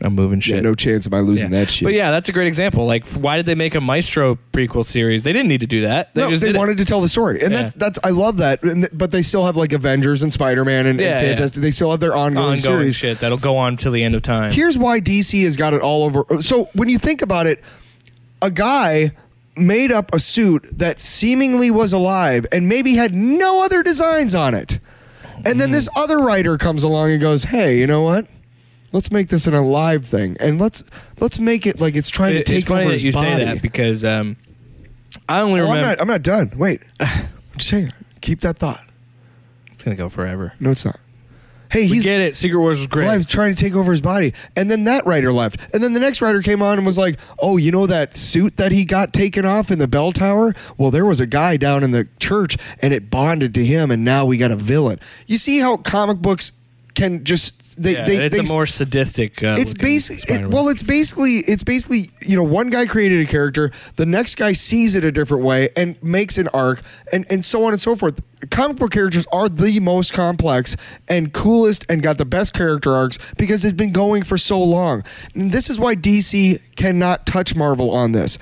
Speaker 1: I'm moving shit.
Speaker 2: Yeah, no chance of I losing
Speaker 1: Yeah.
Speaker 2: that shit.
Speaker 1: But yeah, that's a great example. Like, f- why did they make a Maestro prequel series? They didn't need to do that. They
Speaker 2: no,
Speaker 1: just
Speaker 2: they
Speaker 1: did it.
Speaker 2: wanted to tell the story, and
Speaker 1: Yeah.
Speaker 2: that's that's I love that. And th- but they still have like Avengers and Spider Man and,
Speaker 1: Yeah, yeah.
Speaker 2: and Fantastic. They still have their ongoing,
Speaker 1: ongoing
Speaker 2: series.
Speaker 1: shit that'll go on till the end of time.
Speaker 2: here's why DC has got it all over. So when you think about it, a guy made up a suit that seemingly was alive and maybe had no other designs on it. And
Speaker 1: Mm.
Speaker 2: then this other writer comes along and goes, "Hey, you know what? Let's make this an alive thing, and let's let's make it like it's trying
Speaker 1: It-
Speaker 2: to take
Speaker 1: it's funny
Speaker 2: over
Speaker 1: that
Speaker 2: his
Speaker 1: you
Speaker 2: body."
Speaker 1: say that because um, I only
Speaker 2: Oh, I'm
Speaker 1: remember.
Speaker 2: not. I'm not done. Wait, I'm just saying. Keep that thought.
Speaker 1: it's gonna go forever.
Speaker 2: No, it's not. Hey,
Speaker 1: We
Speaker 2: he's
Speaker 1: get it. Secret Wars was great.
Speaker 2: Alive, trying to take over his body. And then that writer left. And then the next writer came on and was like, oh, you know that suit that he got taken off in the bell tower? Well, there was a guy down in the church and it bonded to him and now we got a villain. You see how comic books can just they
Speaker 1: Yeah,
Speaker 2: they
Speaker 1: it's
Speaker 2: they,
Speaker 1: a more sadistic. Uh,
Speaker 2: it's basically it, well it's basically it's basically you know one guy created a character the next guy sees it a different way and makes an arc and and so on and so forth comic book characters are the most complex and coolest and got the best character arcs because it's been going for so long and this is why dc cannot touch marvel on this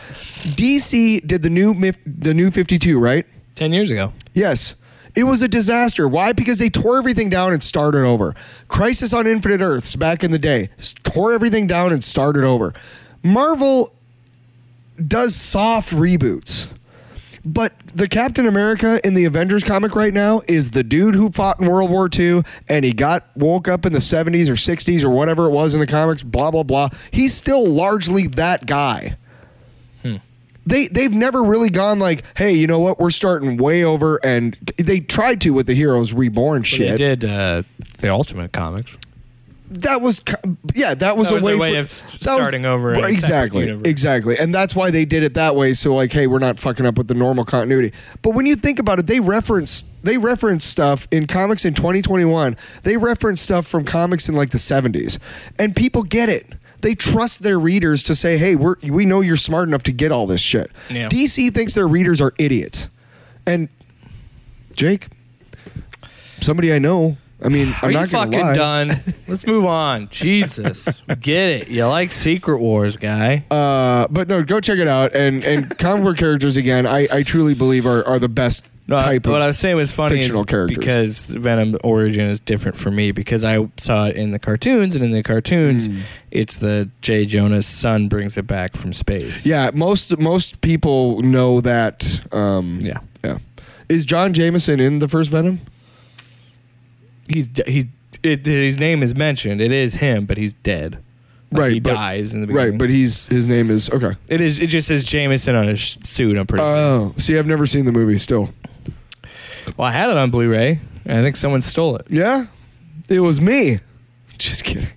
Speaker 2: dc did the new Mif- the new 52 right
Speaker 1: ten years ago.
Speaker 2: Yes. It was a disaster. Why? Because they tore everything down and started over. Crisis on Infinite Earths back in the day s- tore everything down and started over. Marvel does soft reboots. But the Captain America in the Avengers comic right now is the dude who fought in World War II and he got woke up in the 70s or 60s or whatever it was in the comics, blah, blah, blah. He's still largely that guy they they've never really gone like, hey, you know what? We're starting way over, and they tried to with the Heroes Reborn
Speaker 1: They
Speaker 2: shit.
Speaker 1: did uh, the Ultimate Comics.
Speaker 2: That was ki- yeah, that was a
Speaker 1: That was
Speaker 2: way,
Speaker 1: their way
Speaker 2: for-
Speaker 1: of s-
Speaker 2: that was-
Speaker 1: starting over in a separate
Speaker 2: Exactly,
Speaker 1: universe.
Speaker 2: exactly, and that's why they did it that way. So like, hey, we're not fucking up with the normal continuity. But when you think about it, they reference they reference stuff in comics in 2021. They reference stuff from comics in like the 70s, and people get it. They trust their readers to say, "Hey, we're we know you're smart enough to get all this shit."
Speaker 1: Yeah.
Speaker 2: DC thinks their readers are idiots, and Jake, somebody I know I mean, I'm
Speaker 1: Are you
Speaker 2: not gonna
Speaker 1: fucking
Speaker 2: lie.
Speaker 1: done? Let's move on. Jesus, get it? You like Secret Wars, guy?
Speaker 2: Uh, but no, go check it out. And and comic book characters again, I, I truly believe are, are the best
Speaker 1: No, I-
Speaker 2: type
Speaker 1: what I
Speaker 2: of.
Speaker 1: was saying was funny is
Speaker 2: fictional characters.
Speaker 1: because Venom origin is different for me because I saw it in the cartoons and in the cartoons,
Speaker 2: Hmm.
Speaker 1: it's the Jay Jonas son brings it back from space.
Speaker 2: yeah, most most people know that. Um,
Speaker 1: Yeah.
Speaker 2: yeah. Is John Jameson in the first Venom?
Speaker 1: he's de- he's it, his name is mentioned. It is him, but he's dead. Like,
Speaker 2: Right,
Speaker 1: he
Speaker 2: but-
Speaker 1: dies in the beginning.
Speaker 2: Right, but he's his name is okay.
Speaker 1: it is it just says Jameson on his sh- suit. I'm pretty. sure.
Speaker 2: Oh, see, I've never seen the movie. Still,
Speaker 1: Well, I had it on Blu-ray. and I think someone stole it.
Speaker 2: yeah, it was me. Just kidding.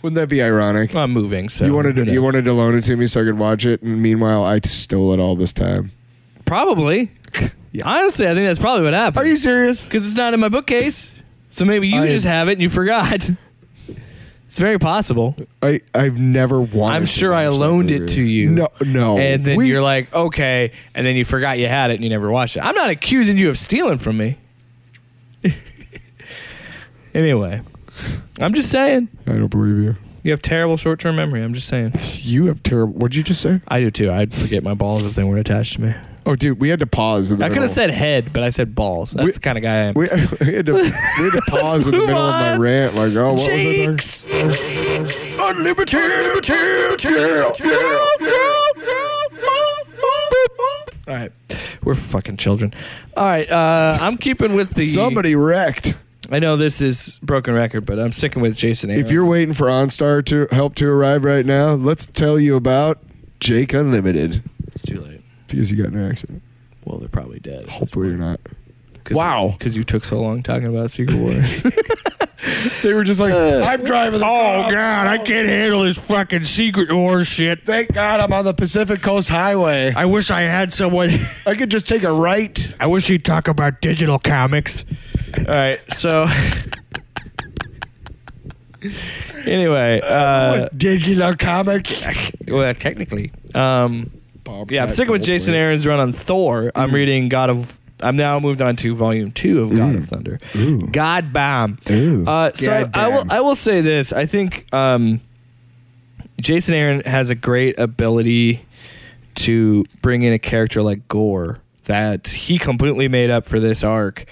Speaker 2: Wouldn't that be ironic?
Speaker 1: I'm moving, so
Speaker 2: you wanted
Speaker 1: Oh, who
Speaker 2: to, you
Speaker 1: knows?
Speaker 2: wanted to loan it to me so I could watch it, and meanwhile I stole it all this time.
Speaker 1: probably. Honestly, I think that's probably what happened.
Speaker 2: Are you serious?
Speaker 1: Because it's not in my bookcase. So maybe you
Speaker 2: I-
Speaker 1: just have it and you forgot. It's very possible.
Speaker 2: I I've never wanted.
Speaker 1: I'm
Speaker 2: to
Speaker 1: sure I
Speaker 2: watch that
Speaker 1: loaned it
Speaker 2: movie.
Speaker 1: to you.
Speaker 2: No, no.
Speaker 1: And then
Speaker 2: We-
Speaker 1: you're like, okay. And then you forgot you had it and you never watched it. I'm not accusing you of stealing from me. anyway, I'm just saying.
Speaker 2: I don't believe you.
Speaker 1: You have terrible short term memory. I'm just saying.
Speaker 2: You have terrible. What'd you just say?
Speaker 1: I do too. I'd forget my balls if they weren't attached to me.
Speaker 2: Oh, dude, we had to pause. In the
Speaker 1: I could
Speaker 2: middle.
Speaker 1: have said head, but I said balls. That's
Speaker 2: We-
Speaker 1: the kind of guy I am.
Speaker 2: We, we had to, we had to pause in the
Speaker 1: move
Speaker 2: middle of my
Speaker 1: on.
Speaker 2: rant. Like, oh, what was
Speaker 1: Jakes!
Speaker 2: Unlimited,
Speaker 1: All right, we're fucking children. All right, uh, I'm keeping with the.
Speaker 2: Somebody wrecked.
Speaker 1: I know this is broken record, but I'm sticking with Jason. Aaron.
Speaker 2: If you're waiting for OnStar to help to arrive right now, let's tell you about Jake Unlimited
Speaker 1: it's too late.
Speaker 2: because you got in an accident.
Speaker 1: Well, they're probably dead.
Speaker 2: Hopefully, you're not.
Speaker 1: Oh, wow, because you took so long talking about Secret Wars.
Speaker 2: They were just like, I'm driving. The
Speaker 1: oh,
Speaker 2: car.
Speaker 1: I can't handle this fucking Secret Wars shit.
Speaker 2: Thank God I'm on the Pacific Coast Highway.
Speaker 1: I wish I had someone.
Speaker 2: I could just take a right.
Speaker 1: I wish he'd talk about digital comics. All right, so. anyway, uh,
Speaker 2: Digital comic.
Speaker 1: well, technically, um, yeah, I'm sticking with Jason Aaron's run on Thor. I'm reading God of. I'm now moved on to Volume Two of God of Thunder. God bam.
Speaker 4: Ooh.
Speaker 1: Uh, so I- I will.
Speaker 2: Goddamn.
Speaker 1: I will say this. I think um, Jason Aaron has a great ability to bring in a character like Gore that he completely made up for this arc,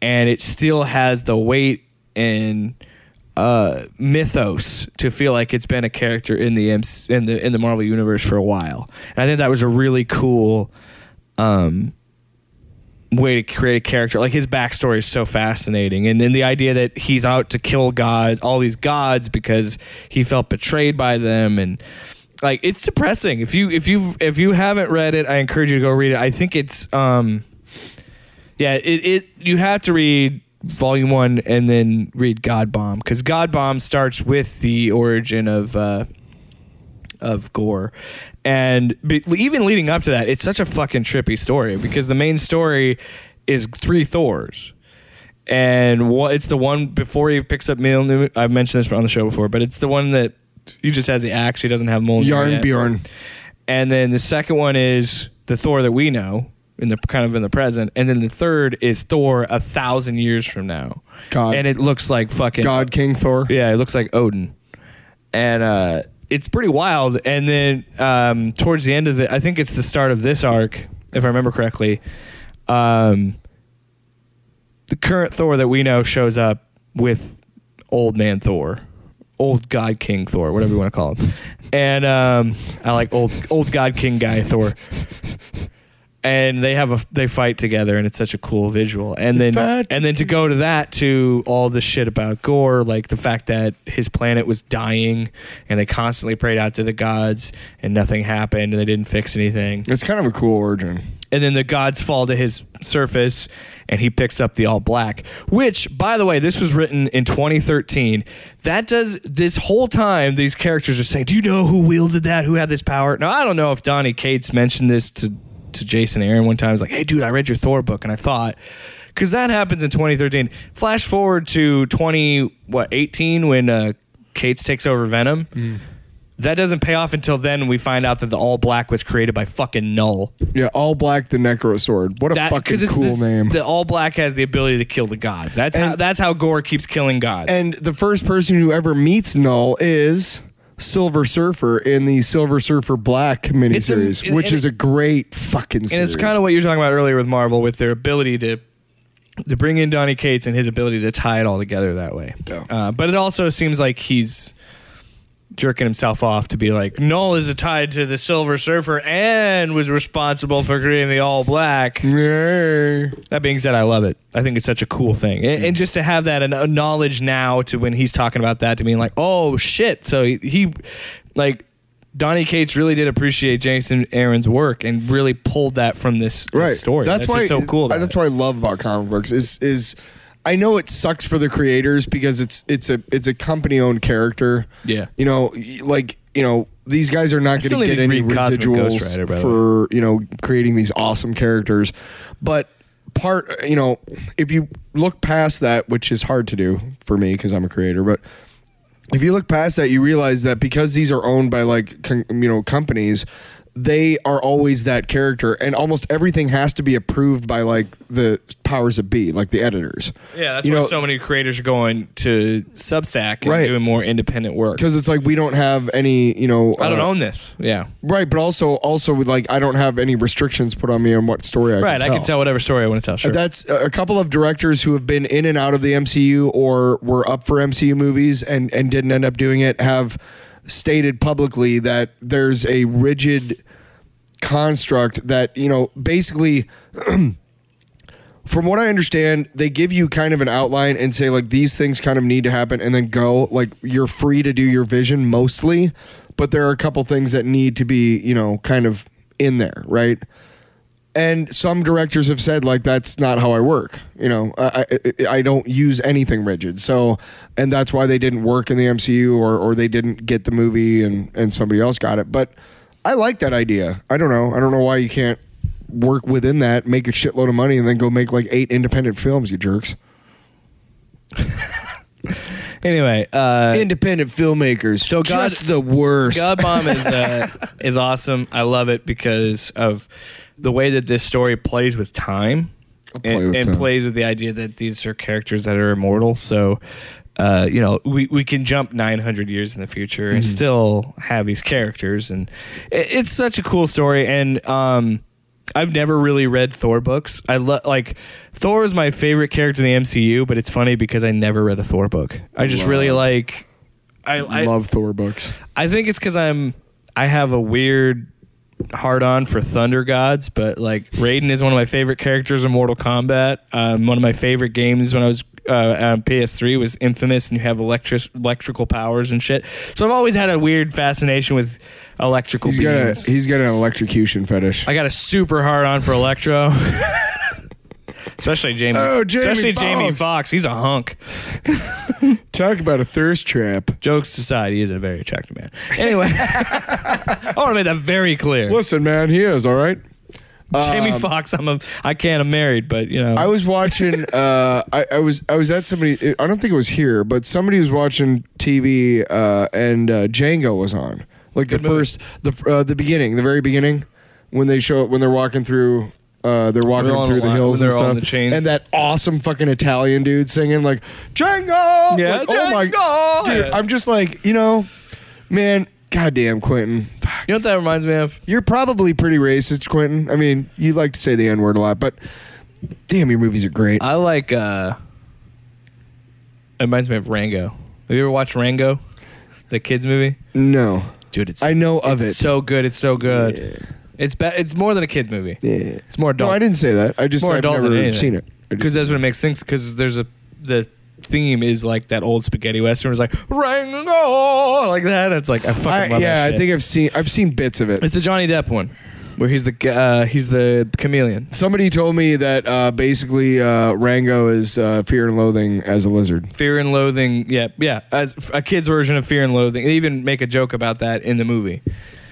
Speaker 1: and it still has the weight and uh, mythos to feel like it's been a character in the MC, in the in the Marvel universe for a while. And I think that was a really cool um, way to create a character. Like his backstory is so fascinating, and then the idea that he's out to kill gods, all these gods, because he felt betrayed by them, and like it's depressing. If you if you if you haven't read it, I encourage you to go read it. I think it's um, yeah, it, it you have to read volume one and then read God Bomb because God Bomb starts with the origin of. Uh, of gore and be, even leading up to that it's such a fucking trippy story because the main story is three thors and wha- it's the one before he picks up Mjolnir. I've mentioned this on the show before, but it's the one that he just has the axe. He doesn't have Mjolnir. yet.
Speaker 2: Yarnbjorn.
Speaker 1: And then the second one is the Thor that we know in the kind of in the present. And then the third is Thor a thousand years from now.
Speaker 2: God.
Speaker 1: And it looks like fucking
Speaker 2: God King Thor.
Speaker 1: yeah, it looks like Odin. And uh, it's pretty wild. And then um, towards the end of it, I think it's the start of this arc, if I remember correctly. Um, the current Thor that we know shows up with old man Thor, old God King Thor, whatever you want to call him. And um, I like old old God King guy Thor. And they have a they fight together, and it's such a cool visual. And then
Speaker 2: Fight
Speaker 1: and then to go to that to all the shit about Gore, like the fact that his planet was dying, and they constantly prayed out to the gods, and nothing happened, and they didn't fix anything
Speaker 2: It's kind of a cool origin.
Speaker 1: and then the gods fall to his surface and he picks up the all black which by the way this was written in 2013 that does this whole time these characters are saying do you know who wielded that who had this power now i don't know if donnie cates mentioned this to to jason aaron one time he's like hey dude i read your thor book and i thought because that happens in 2013 flash forward to 20 what 18 when uh cates takes over venom That doesn't pay off until then. We find out that the all black was created by fucking Null.
Speaker 2: Yeah, all black the necro sword. What a
Speaker 1: That
Speaker 2: fucking
Speaker 1: it's
Speaker 2: cool
Speaker 1: this-
Speaker 2: name.
Speaker 1: The all black has the ability to kill the gods. That's how
Speaker 2: And-
Speaker 1: that's how Gore keeps killing gods.
Speaker 2: and the first person who ever meets Null is Silver Surfer in the Silver Surfer Black
Speaker 1: It's a-
Speaker 2: miniseries,
Speaker 1: and-
Speaker 2: which
Speaker 1: and-
Speaker 2: is a great fucking series.
Speaker 1: and it's kind of what you were talking about earlier with Marvel, with their ability to to bring in Donny Cates and his ability to tie it all together that way.
Speaker 2: Yeah.
Speaker 1: Uh, but it also seems like he's jerking himself off to be like Null is tied to the Silver Surfer and was responsible for creating the All Black.
Speaker 2: Yeah.
Speaker 1: That being said, I love it. I think it's such a cool thing, and,
Speaker 2: Mm.
Speaker 1: and just to have that and, uh, knowledge now to when he's talking about that to being like, oh shit. So he, he like. Donnie Cates really did appreciate Jason Aaron's work and really pulled that from this, this
Speaker 2: right
Speaker 1: story. That's,
Speaker 2: why
Speaker 1: what's so cool. about
Speaker 2: that's
Speaker 1: it.
Speaker 2: what I love about comic books is is I know it sucks for the creators because it's it's a it's a company owned character.
Speaker 1: Yeah.
Speaker 2: you know, y- like you know these guys are not
Speaker 1: still
Speaker 2: going to get
Speaker 1: need to
Speaker 2: any
Speaker 1: read Cosmic Ghost Rider, by
Speaker 2: residuals
Speaker 1: the
Speaker 2: for you know creating these awesome characters, but part you know if you look past that, which is hard to do for me because I'm a creator, but if you look past that, you realize that because these are owned by like con- you know companies, they are always that character, and almost everything has to be approved by like the powers that be, like the editors.
Speaker 1: Yeah, that's
Speaker 2: you
Speaker 1: why
Speaker 2: know,
Speaker 1: so many creators are going to Substack and
Speaker 2: Right.
Speaker 1: doing more independent work.
Speaker 2: Because it's like we don't have any, you know,
Speaker 1: I don't
Speaker 2: uh,
Speaker 1: own this. Yeah.
Speaker 2: right? But also, also with like I don't have any restrictions put on me on what story I
Speaker 1: Right, I can tell whatever story I want to tell. Sure.
Speaker 2: That's a couple of directors who have been in and out of the MCU or were up for MCU movies and and didn't end up doing it have stated publicly that there's a rigid construct that you know basically from what I understand, they give you kind of an outline and say like these things kind of need to happen, and then go like you're free to do your vision mostly, but there are a couple things that need to be you know kind of in there, right? And some directors have said like that's not how I work. You know, I I, I don't use anything rigid. So, and that's why they didn't work in the MCU or or they didn't get the movie and and somebody else got it. But I like that idea. I don't know. I don't know why you can't work within that, make a shitload of money, and then go make like eight independent films, you jerks.
Speaker 1: anyway, uh,
Speaker 2: Independent filmmakers.
Speaker 1: So God-
Speaker 2: just the worst.
Speaker 1: God Bomb is uh, is awesome. I love it because of the way that this story plays with time
Speaker 2: play
Speaker 1: and,
Speaker 2: with
Speaker 1: and
Speaker 2: time.
Speaker 1: plays with the idea that these are characters that are immortal. So, uh, you know, we, we can jump 900 years in the future
Speaker 2: Mm-hmm.
Speaker 1: and still have these characters. And it, it's such a cool story. And, um, I've never really read Thor books. I lo- like Thor is my favorite character in the MCU, but it's funny because I never read a Thor book. I just really like I,
Speaker 2: I
Speaker 1: I
Speaker 2: love Thor books.
Speaker 1: I think it's because I'm I have a weird hard on for thunder gods, but like Raiden is one of my favorite characters in Mortal Kombat. Um, one of my favorite games when I was uh, on PS3 was Infamous, and you have electric electrical powers and shit. So I've always had a weird fascination with electrical
Speaker 2: He's got a
Speaker 1: beings.
Speaker 2: he's got an electrocution fetish.
Speaker 1: I got a super hard on for Electro. Especially Jamie,
Speaker 2: Oh, Jamie
Speaker 1: especially Jamie
Speaker 2: Foxx.
Speaker 1: Fox. He's a hunk.
Speaker 2: Talk about a thirst trap.
Speaker 1: Jokes aside, he is a very attractive man. Anyway, I want to make that very clear.
Speaker 2: Listen, man, he is all right.
Speaker 1: Jamie Fox, I'm a, I can't. I'm married, but you know,
Speaker 2: I was watching. Uh, I, I was I was at somebody. I don't think it was here, but somebody was watching TV, uh, and uh, Django was on. Like the
Speaker 1: movie.
Speaker 2: first, the uh, the beginning, the very beginning, when they show when they're walking through. Uh, they're walking
Speaker 1: They're all in
Speaker 2: through
Speaker 1: a
Speaker 2: the
Speaker 1: line-
Speaker 2: hills
Speaker 1: when
Speaker 2: and
Speaker 1: they're all
Speaker 2: stuff,
Speaker 1: in the chains.
Speaker 2: and that awesome fucking Italian dude singing like Django.
Speaker 1: Yeah,
Speaker 2: Like, oh my
Speaker 1: Django!
Speaker 2: dude!
Speaker 1: Yeah.
Speaker 2: I'm just like, you know, man, goddamn, Quentin, Fuck.
Speaker 1: you know what that reminds me of?
Speaker 2: you're probably pretty racist, Quentin. I mean, you like to say the n word a lot, but damn, your movies are great.
Speaker 1: I like. uh It reminds me of Rango. Have you ever watched Rango, the kids movie?
Speaker 2: No.
Speaker 1: Dude, it's
Speaker 2: I know of
Speaker 1: it's
Speaker 2: it.
Speaker 1: So good. It's so good. It's be- It's more than a kids movie.
Speaker 2: Yeah.
Speaker 1: It's more adult.
Speaker 2: No, I didn't say that. I just
Speaker 1: more
Speaker 2: I've
Speaker 1: adult
Speaker 2: never
Speaker 1: than anything.
Speaker 2: seen it. I just-
Speaker 1: Because that's what it makes sense. Because there's a the theme is like that old spaghetti western was like Rango like that. It's like I fucking
Speaker 2: I,
Speaker 1: love
Speaker 2: yeah,
Speaker 1: that.
Speaker 2: I
Speaker 1: shit.
Speaker 2: think I've seen I've seen bits of it.
Speaker 1: it's the Johnny Depp one, where he's the g- uh, he's the chameleon.
Speaker 2: Somebody told me that uh, basically uh, Rango is uh, fear and loathing as a lizard.
Speaker 1: Fear and Loathing. Yeah, yeah. As a kid's version of Fear and Loathing. They even make a joke about that in the movie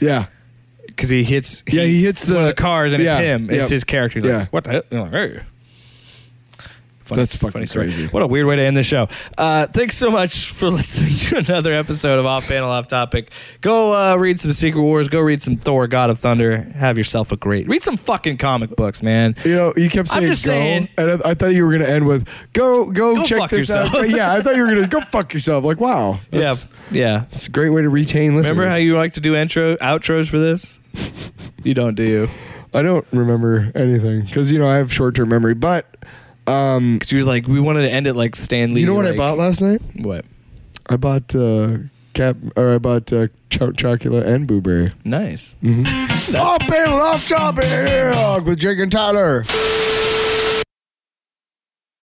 Speaker 2: Yeah.
Speaker 1: because he hits.
Speaker 2: Yeah, he hits
Speaker 1: one of
Speaker 2: the-
Speaker 1: the cars, and
Speaker 2: yeah,
Speaker 1: it's him. It's
Speaker 2: yeah.
Speaker 1: his character. He's
Speaker 2: Yeah.
Speaker 1: like, what the hell? And I'm like, "Hey." Funny,
Speaker 2: That's fucking
Speaker 1: funny story.
Speaker 2: crazy.
Speaker 1: What a weird way to end the show. Uh, thanks so much for listening to another episode of Off Panel Off Topic. Go uh, read some Secret Wars. Go read some Thor, God of Thunder. Have yourself a great. Read some fucking comic books, man.
Speaker 2: You know, you kept
Speaker 1: I'm
Speaker 2: saying
Speaker 1: just
Speaker 2: go,
Speaker 1: saying-
Speaker 2: and I, I thought you were going to end with go, go,
Speaker 1: Go
Speaker 2: check
Speaker 1: fuck
Speaker 2: this out.
Speaker 1: yourself.
Speaker 2: yeah, I thought you were going to go fuck yourself. Like, wow,
Speaker 1: Yeah,
Speaker 2: that's,
Speaker 1: yeah.
Speaker 2: that's a great way to retain listeners.
Speaker 1: Remember how you like to do intro outros for this? you don't, do you?
Speaker 2: I don't remember anything because you know I have short-term memory, but um,
Speaker 1: Because you was like, we wanted to end it like Stanley.
Speaker 2: you know what I bought last night?
Speaker 1: What?
Speaker 2: I bought uh, cap or I bought uh, cho- chocolate and blueberry.
Speaker 1: Nice.
Speaker 2: Off panel, off topic with Jake and Tyler.